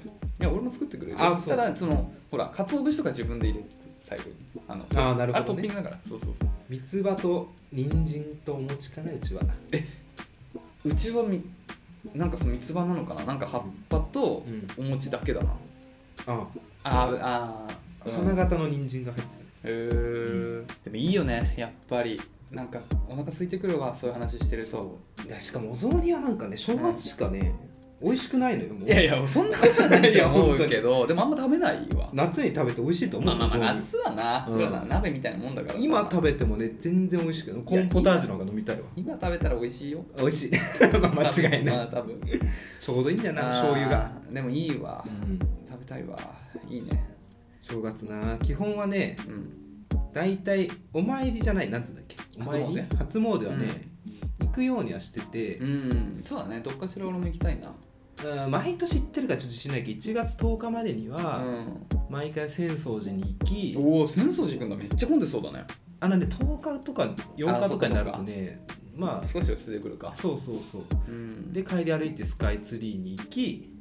Speaker 2: や俺も作ってくれるよ
Speaker 1: あそう
Speaker 2: ただそのほら鰹節とか自分で入れて最後にあの
Speaker 1: あーなるほどね
Speaker 2: あれトッピングだからそうそうそう
Speaker 1: 三つ葉と人参とお餅かなうちは
Speaker 2: うちはみなんかその三つ葉なのかななんか葉っぱと
Speaker 1: うん
Speaker 2: お餅だけだな、
Speaker 1: あ
Speaker 2: あーあ
Speaker 1: あ
Speaker 2: ー
Speaker 1: 花
Speaker 2: へ
Speaker 1: 形の人参が入って
Speaker 2: えでもいいよねやっぱりなんかお腹空いてくるわそういう話してると
Speaker 1: た、いやしかもお雑煮はなんかね正月しかね、美味しくないのよもう
Speaker 2: いやいやそんなことはないと思うけ
Speaker 1: い
Speaker 2: どでもあんま食べないわ
Speaker 1: 夏に食べて美味しいと思う、
Speaker 2: まあまあまあ
Speaker 1: お雑
Speaker 2: 夏はな、
Speaker 1: うん
Speaker 2: それはな鍋みたいなもんだから
Speaker 1: 煮今食べてもね全然美味しくないコーンポタージュの方が飲みたいわ
Speaker 2: 今食べたら美味しいよ
Speaker 1: 美味しいまあ 間違い
Speaker 2: ま
Speaker 1: な
Speaker 2: あ
Speaker 1: い
Speaker 2: 多分
Speaker 1: ちょうどいいんだ よな醤油が、
Speaker 2: あーでもいいわ
Speaker 1: うん、
Speaker 2: 食べたいわいいね
Speaker 1: 正月な基本はね
Speaker 2: うん
Speaker 1: 大体お参りじゃないなんつうんだっけお参り初詣はね、行くようにはしてて、
Speaker 2: うんそうだねどっかしら俺も行きたいな
Speaker 1: うん毎年行ってるかちょっとしないけど1月10日までに
Speaker 2: う
Speaker 1: は
Speaker 2: ん
Speaker 1: 毎回浅草寺に行き、
Speaker 2: おお浅草寺行くんだめっちゃ混んでそうだね
Speaker 1: あのね10日とか8
Speaker 2: あ
Speaker 1: 日
Speaker 2: そ
Speaker 1: と
Speaker 2: っか
Speaker 1: かになるとねまあ
Speaker 2: 少し落ち着いてくるか
Speaker 1: そうそうそう
Speaker 2: うん
Speaker 1: で帰り歩いてスカイツリーに行き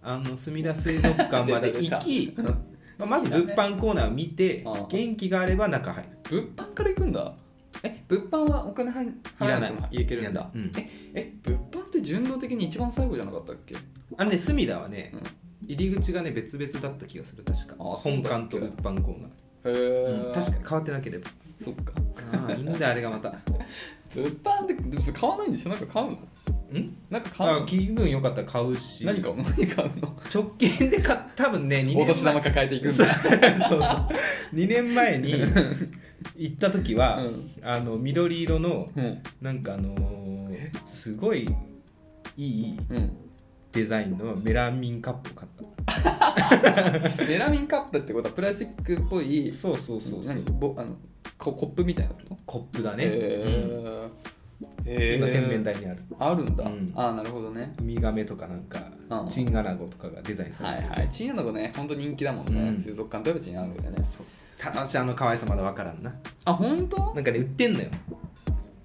Speaker 1: あの墨田水族館まで行き、
Speaker 2: 出た出たうん
Speaker 1: まあまず物販コーナーを見て、
Speaker 2: ああ
Speaker 1: 元気があれば中入る
Speaker 2: 物販から行くんだえ物販はお金入入らなくてもいけるんだ
Speaker 1: うん
Speaker 2: え物販って順応的に一番最後じゃなかったっけ
Speaker 1: あのね墨田はね
Speaker 2: うん
Speaker 1: 入り口がね別々だった気がする確か
Speaker 2: ああ
Speaker 1: 本館と
Speaker 2: そう
Speaker 1: 物
Speaker 2: だっ
Speaker 1: 販コーナー
Speaker 2: へえ、
Speaker 1: うん確かに変わってなければ
Speaker 2: そっか
Speaker 1: ああ いいんだあれがまた
Speaker 2: 物販って別に買わないんでしょなんか買うの
Speaker 1: ん
Speaker 2: なんか買う
Speaker 1: あ
Speaker 2: の
Speaker 1: 気分良かったら買うし
Speaker 2: 何買うの 何買うの
Speaker 1: 直近で買っ多分ね2年
Speaker 2: お年玉抱えていくん
Speaker 1: そ
Speaker 2: だ
Speaker 1: う そうそう2年前に行った時は、
Speaker 2: うん
Speaker 1: あの緑色の
Speaker 2: うん
Speaker 1: なんかあのーすごいいい
Speaker 2: うん
Speaker 1: デザインのメラミンカップを買っ
Speaker 2: メラミンカップってことはプラスチックっぽい
Speaker 1: たそうそうそうそう
Speaker 2: 何ぼあのココップみたいなこと
Speaker 1: コップだね、うん
Speaker 2: へえ
Speaker 1: 今洗面台にある
Speaker 2: あるんだ、
Speaker 1: うん
Speaker 2: ああなるほどね
Speaker 1: ウミガメとかなんか
Speaker 2: うん
Speaker 1: チンアナゴとかがデザインさ
Speaker 2: は
Speaker 1: れて
Speaker 2: い
Speaker 1: る、
Speaker 2: はいチンアナゴね本当人気だもんね、
Speaker 1: うん
Speaker 2: 水族館といえばチンアナゴだよね
Speaker 1: そうただしあの可愛さまだ分からんな
Speaker 2: あ本当
Speaker 1: なんかね売ってんのよ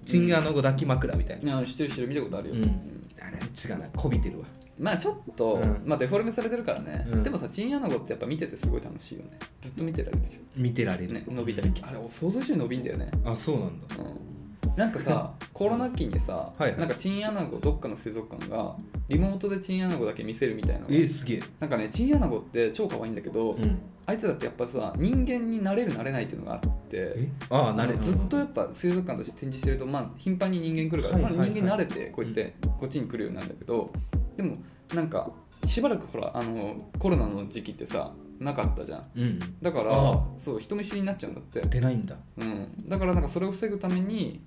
Speaker 1: チンアナゴ抱き枕みたいな、
Speaker 2: うん知ってる知ってる見たことあるよ、
Speaker 1: うん
Speaker 2: うん
Speaker 1: あれ違うなこびてるわ
Speaker 2: まあちょっと、
Speaker 1: うん
Speaker 2: まあ、デフォルメされてるからね、
Speaker 1: うん
Speaker 2: でもさチンアナゴってやっぱ見ててすごい楽しいよねずっと見てられるでし
Speaker 1: 見てられ
Speaker 2: ょ、
Speaker 1: る、
Speaker 2: ね、伸びたりあれ想像以上に伸びんだよね
Speaker 1: あそうなんだ
Speaker 2: うんなんかさコロナ期にさ、
Speaker 1: いはい
Speaker 2: なんかチンアナゴどっかの水族館がリモートでチンアナゴだけ見せるみたいなのが
Speaker 1: えすげえ、
Speaker 2: なんかねチンアナゴって超可愛いんだけど、あいつだってやっぱさ人間になれるなれないっていうのがあって
Speaker 1: えああな
Speaker 2: あ
Speaker 1: る
Speaker 2: のずっとやっぱ水族館として展示してると、まあ、頻繁に人間来るから、
Speaker 1: はいはいはい
Speaker 2: まあ、人間慣れてこうやってこっちに来るようになるんだけど、でもなんかしばらくほらあのコロナの時期ってさなかったじゃん
Speaker 1: うん
Speaker 2: だから
Speaker 1: ああ
Speaker 2: そう人見知りになっちゃうんだって、
Speaker 1: 出ないんだ
Speaker 2: うん、だからなんかそれを防ぐために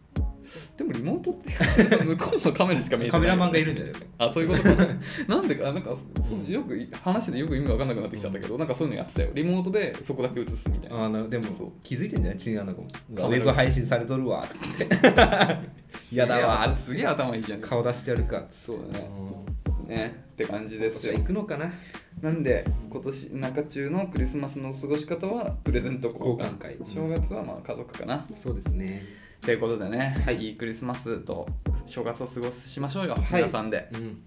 Speaker 2: でもリモートって 向こうのカメラしか見えて
Speaker 1: カ
Speaker 2: ない
Speaker 1: メラマンがいるんじゃない
Speaker 2: あそういうことか なんでかあなんかそうよく話でよく意味わかんなくなってきちゃったけどなんかそういうのやってたよリモートでそこだけ映すみたいな
Speaker 1: あのでも
Speaker 2: そう
Speaker 1: 気づいてんじゃない違うのかもウ
Speaker 2: カメ
Speaker 1: ェ
Speaker 2: ラ
Speaker 1: ブ配信されとるわっつって嫌だわーっつ
Speaker 2: す
Speaker 1: っ
Speaker 2: げえ
Speaker 1: て
Speaker 2: 頭いいじゃん
Speaker 1: 顔出してやるかっつって
Speaker 2: そうだね
Speaker 1: う
Speaker 2: ねって感じで
Speaker 1: ん
Speaker 2: す
Speaker 1: じゃ
Speaker 2: よ
Speaker 1: あ行くのかな
Speaker 2: なんで今年中中のクリスマスの過ごし方はプレゼント交換会
Speaker 1: 交換会
Speaker 2: 正月はまあ家族かな
Speaker 1: そうですね
Speaker 2: ということでね、
Speaker 1: はい
Speaker 2: い、いクリスマスと正月を過ごしましょうよ、
Speaker 1: はい
Speaker 2: 皆さんで
Speaker 1: うん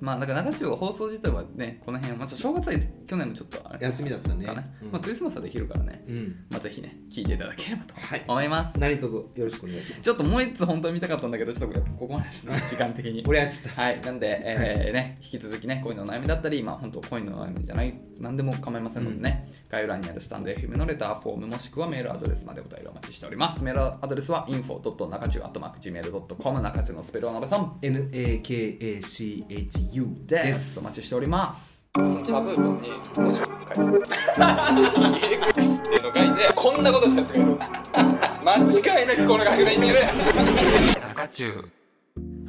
Speaker 2: まあだから中中放送自体はねこの辺は、まあ、ちょ正月は去年もちょっとあれ
Speaker 1: 休みだったね
Speaker 2: かな、
Speaker 1: うん
Speaker 2: まあ、クリスマスはできるからね、
Speaker 1: うん
Speaker 2: まあ、ぜひね聞いていただければと
Speaker 1: はい
Speaker 2: 思います、
Speaker 1: 何卒よろしくお願いします
Speaker 2: ちょっともう一つ本当に見たかったんだけどちょっとここまでで すね時間的に
Speaker 1: 俺はちょっと
Speaker 2: はい、なんで、えーね、引き続きね、恋のお悩みだったり、まあ、本当恋のお悩みじゃない、何でも構いませんのでね、概要欄にあるスタンド FM のレターフォームもしくはメールアドレスまでお便りお待ちしております。メールアドレスは info.nakachu.gmail.com 中中のスペルをのべさん
Speaker 1: NAKACHU
Speaker 2: で。
Speaker 1: ですす
Speaker 2: お待ちしております。
Speaker 3: 中中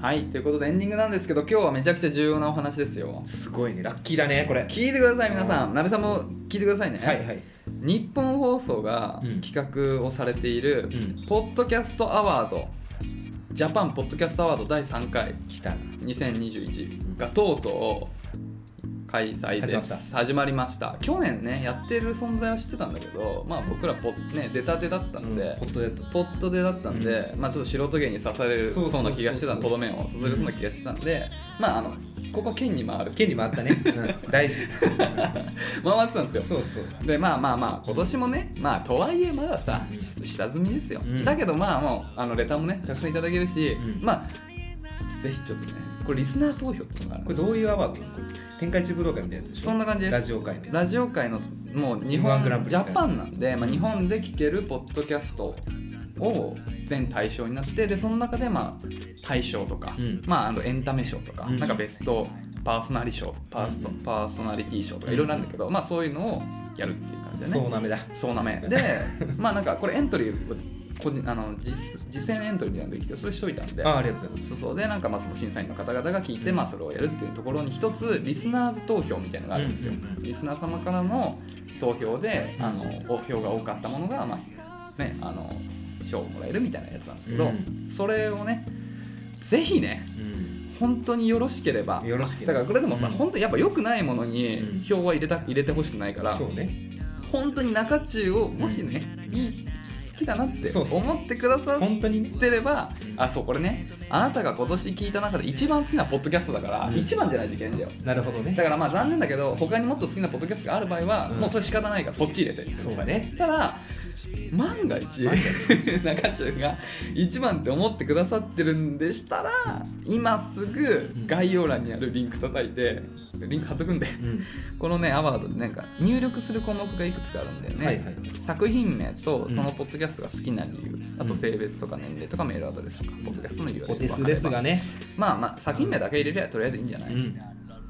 Speaker 2: はい、ということでエンディングなんですけど、今日はめちゃくちゃ重要なお話ですよ。
Speaker 1: すごいねラッキーだねこれ
Speaker 2: 聞いてください、皆さん。なべさんも聞いてくださいね。
Speaker 1: はいはい
Speaker 2: 日本放送が
Speaker 1: うん
Speaker 2: 企画をされている、
Speaker 1: ん
Speaker 2: ポッドキャストアワードジャパンポッドキャストアワード第3回
Speaker 1: 来た
Speaker 2: 2021がとうとう開催です
Speaker 1: 始まった
Speaker 2: 始まりました去年ねやってる存在は知ってたんだけどまあ僕らポ、ね、出たてだったので、
Speaker 1: ホットデッド
Speaker 2: ポットでだったんで、まあちょっと素人芸に刺される
Speaker 1: そうそうそう
Speaker 2: そうな気がしてた
Speaker 1: そう
Speaker 2: とどめを刺されそうな気がしてたんでまああのここ県に回る
Speaker 1: 権利もあったね、うん、大事
Speaker 2: 回ってたんですよ
Speaker 1: そうそう
Speaker 2: でまあまあまあ今年もねまあとはいえまださ
Speaker 1: うん
Speaker 2: ちょっと下積みですよ、
Speaker 1: うん
Speaker 2: だけどまあもうあのレターもねたくさんいただけるし、
Speaker 1: うん
Speaker 2: まあぜひちょっとねこれリスナー投票っていうのがあるん
Speaker 1: こ
Speaker 2: で
Speaker 1: れ
Speaker 2: す
Speaker 1: どういうアワードこれ展開中武道会みたいなやつでしょ
Speaker 2: そんな感じです
Speaker 1: ラジオ会ね
Speaker 2: ラジオ界のもう日
Speaker 1: M1
Speaker 2: 本
Speaker 1: グランプリ
Speaker 2: ジャパンなんで、まあ、日本で聴けるポッドキャストを全対象になってでその中でまあ大賞とか、
Speaker 1: うん
Speaker 2: まあ、あのエンタメ賞とか、
Speaker 1: うん
Speaker 2: なんかベストパーソナリ賞パースト、
Speaker 1: うん
Speaker 2: パーソナリティ賞とかいろいろあるんだけど、まあそういうのをやるっていう感じでね
Speaker 1: そうなめだ
Speaker 2: そうなめでまあなんかこれエントリーをこあの実実践エントリーみたいなのできてそれしといたんで
Speaker 1: あありがとうございます
Speaker 2: そうそうでなんかまあその審査員の方々が聞いて、まあ、それをやるっていうところに一つリスナーズ投票みたいなのがあるんですよ、
Speaker 1: うんうんうん
Speaker 2: リスナー様からの投票であのお票が多かったものがまあねあの賞をもらえるみたいなやつなんですけど、
Speaker 1: うん
Speaker 2: それをねぜひね
Speaker 1: うん
Speaker 2: 本当によろしければ
Speaker 1: よろしければ
Speaker 2: だからこれでもさ、
Speaker 1: うん
Speaker 2: 本当にやっぱ良くないもの
Speaker 1: うん
Speaker 2: に票は入れた入れてほしくないから、
Speaker 1: そうね
Speaker 2: 本当に中中をもしね、いい好きだなって
Speaker 1: そうそう
Speaker 2: 思ってくださっ
Speaker 1: 本当にね
Speaker 2: てればあそうこれねあなたが今年聞いた中で一番好きなポッドキャストだから、
Speaker 1: うん
Speaker 2: 一番じゃないといけないんだよ
Speaker 1: なるほどね
Speaker 2: だからまあ残念だけど他にもっと好きなポッドキャストがある場合は、
Speaker 1: うん
Speaker 2: もうそれ仕方ないからそっち入れてください
Speaker 1: そうだね
Speaker 2: ただ万が一中中が一番って思ってくださってるんでしたら今すぐ概要欄にあるリンク叩いてリンク貼っとくんで
Speaker 1: うん
Speaker 2: このねアワードでなんか入力する項目がいくつかあるんだよね、
Speaker 1: はいはい
Speaker 2: 作品名とそのポッドキャストが好きな理由、あと性別とか年齢とかメールアドレスとかポッドキャストの URL
Speaker 1: お手数ですが
Speaker 2: ね
Speaker 1: ね
Speaker 2: まあまあ作品名だけ入れりゃとりあえずいいんじゃない、
Speaker 1: うん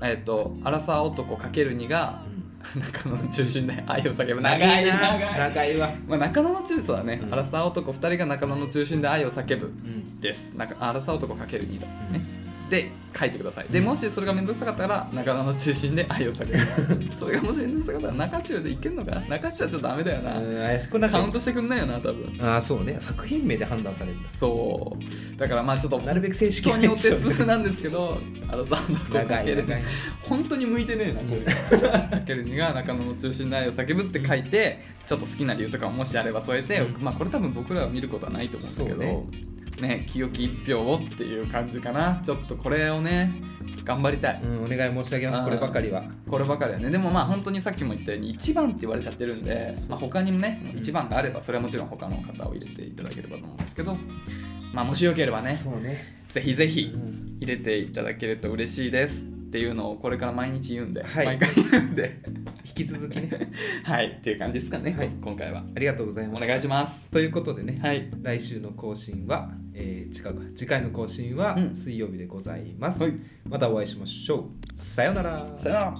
Speaker 2: えっ、と「アラサー男 ×2」が 中野の中心で愛を叫ぶ長
Speaker 1: 長
Speaker 2: い
Speaker 1: いな
Speaker 2: 長い、
Speaker 1: 長いわ
Speaker 2: まあ、中野の中そうだね、
Speaker 1: うん
Speaker 2: アラサー男2人が中野の中心で愛を叫ぶ
Speaker 1: うん
Speaker 2: ですなんかアラサー男 ×2 だ
Speaker 1: う
Speaker 2: ね
Speaker 1: ん
Speaker 2: で書いてくださいでもしそれが面倒くさかったら中野の中心で愛を叫 ぶそれがもし面倒くさかったら中中でいけんのかな中中はちょっとダメだよな、
Speaker 1: 怪しくな
Speaker 2: カ
Speaker 1: か
Speaker 2: ウントしてくんないよな多分
Speaker 1: ああそうね作品名で判断されるんだ
Speaker 2: そうだからまあちょっと
Speaker 1: なるべく選手
Speaker 2: 人
Speaker 1: 権
Speaker 2: にお手数なんですけどあのさんのこう
Speaker 1: 長
Speaker 2: かけ
Speaker 1: い
Speaker 2: る
Speaker 1: 長い
Speaker 2: 本当に向いてねえなこれかける2が中野の中心内を叫ぶって書いてちょっと好きな理由とかもしあれば添えて、
Speaker 1: うん
Speaker 2: まあこれ多分僕らは見ることはないと思うんだけ
Speaker 1: そ
Speaker 2: どね清き一票をっていう感じかなちょっとこれをね頑張りたい
Speaker 1: うんお願い申し上げますこればかりは
Speaker 2: こればかりはねでもまあ本当にさっきも言ったように1番って言われちゃってるんで、まあ、他にもね
Speaker 1: うん
Speaker 2: 1番があればそれはもちろん他の方を入れていただければと思うんですけど、まあ、もしよければね
Speaker 1: そうね
Speaker 2: ぜひぜひ
Speaker 1: うん
Speaker 2: 入れていただけると嬉しいですっていうのをこれから毎日言うんで、
Speaker 1: はい
Speaker 2: 毎回言うんで
Speaker 1: 引き続き ね
Speaker 2: はいっていう感じですかね、
Speaker 1: はい
Speaker 2: 今回は
Speaker 1: ありがとうござい
Speaker 2: お
Speaker 1: ま
Speaker 2: 願い
Speaker 1: す
Speaker 2: します
Speaker 1: ということでね
Speaker 2: はい
Speaker 1: 来週の更新は、えー、違うか次回の更新は
Speaker 2: うん
Speaker 1: 水曜日でございます、
Speaker 2: はい
Speaker 1: またお会いしましょうさようなら
Speaker 2: さよなら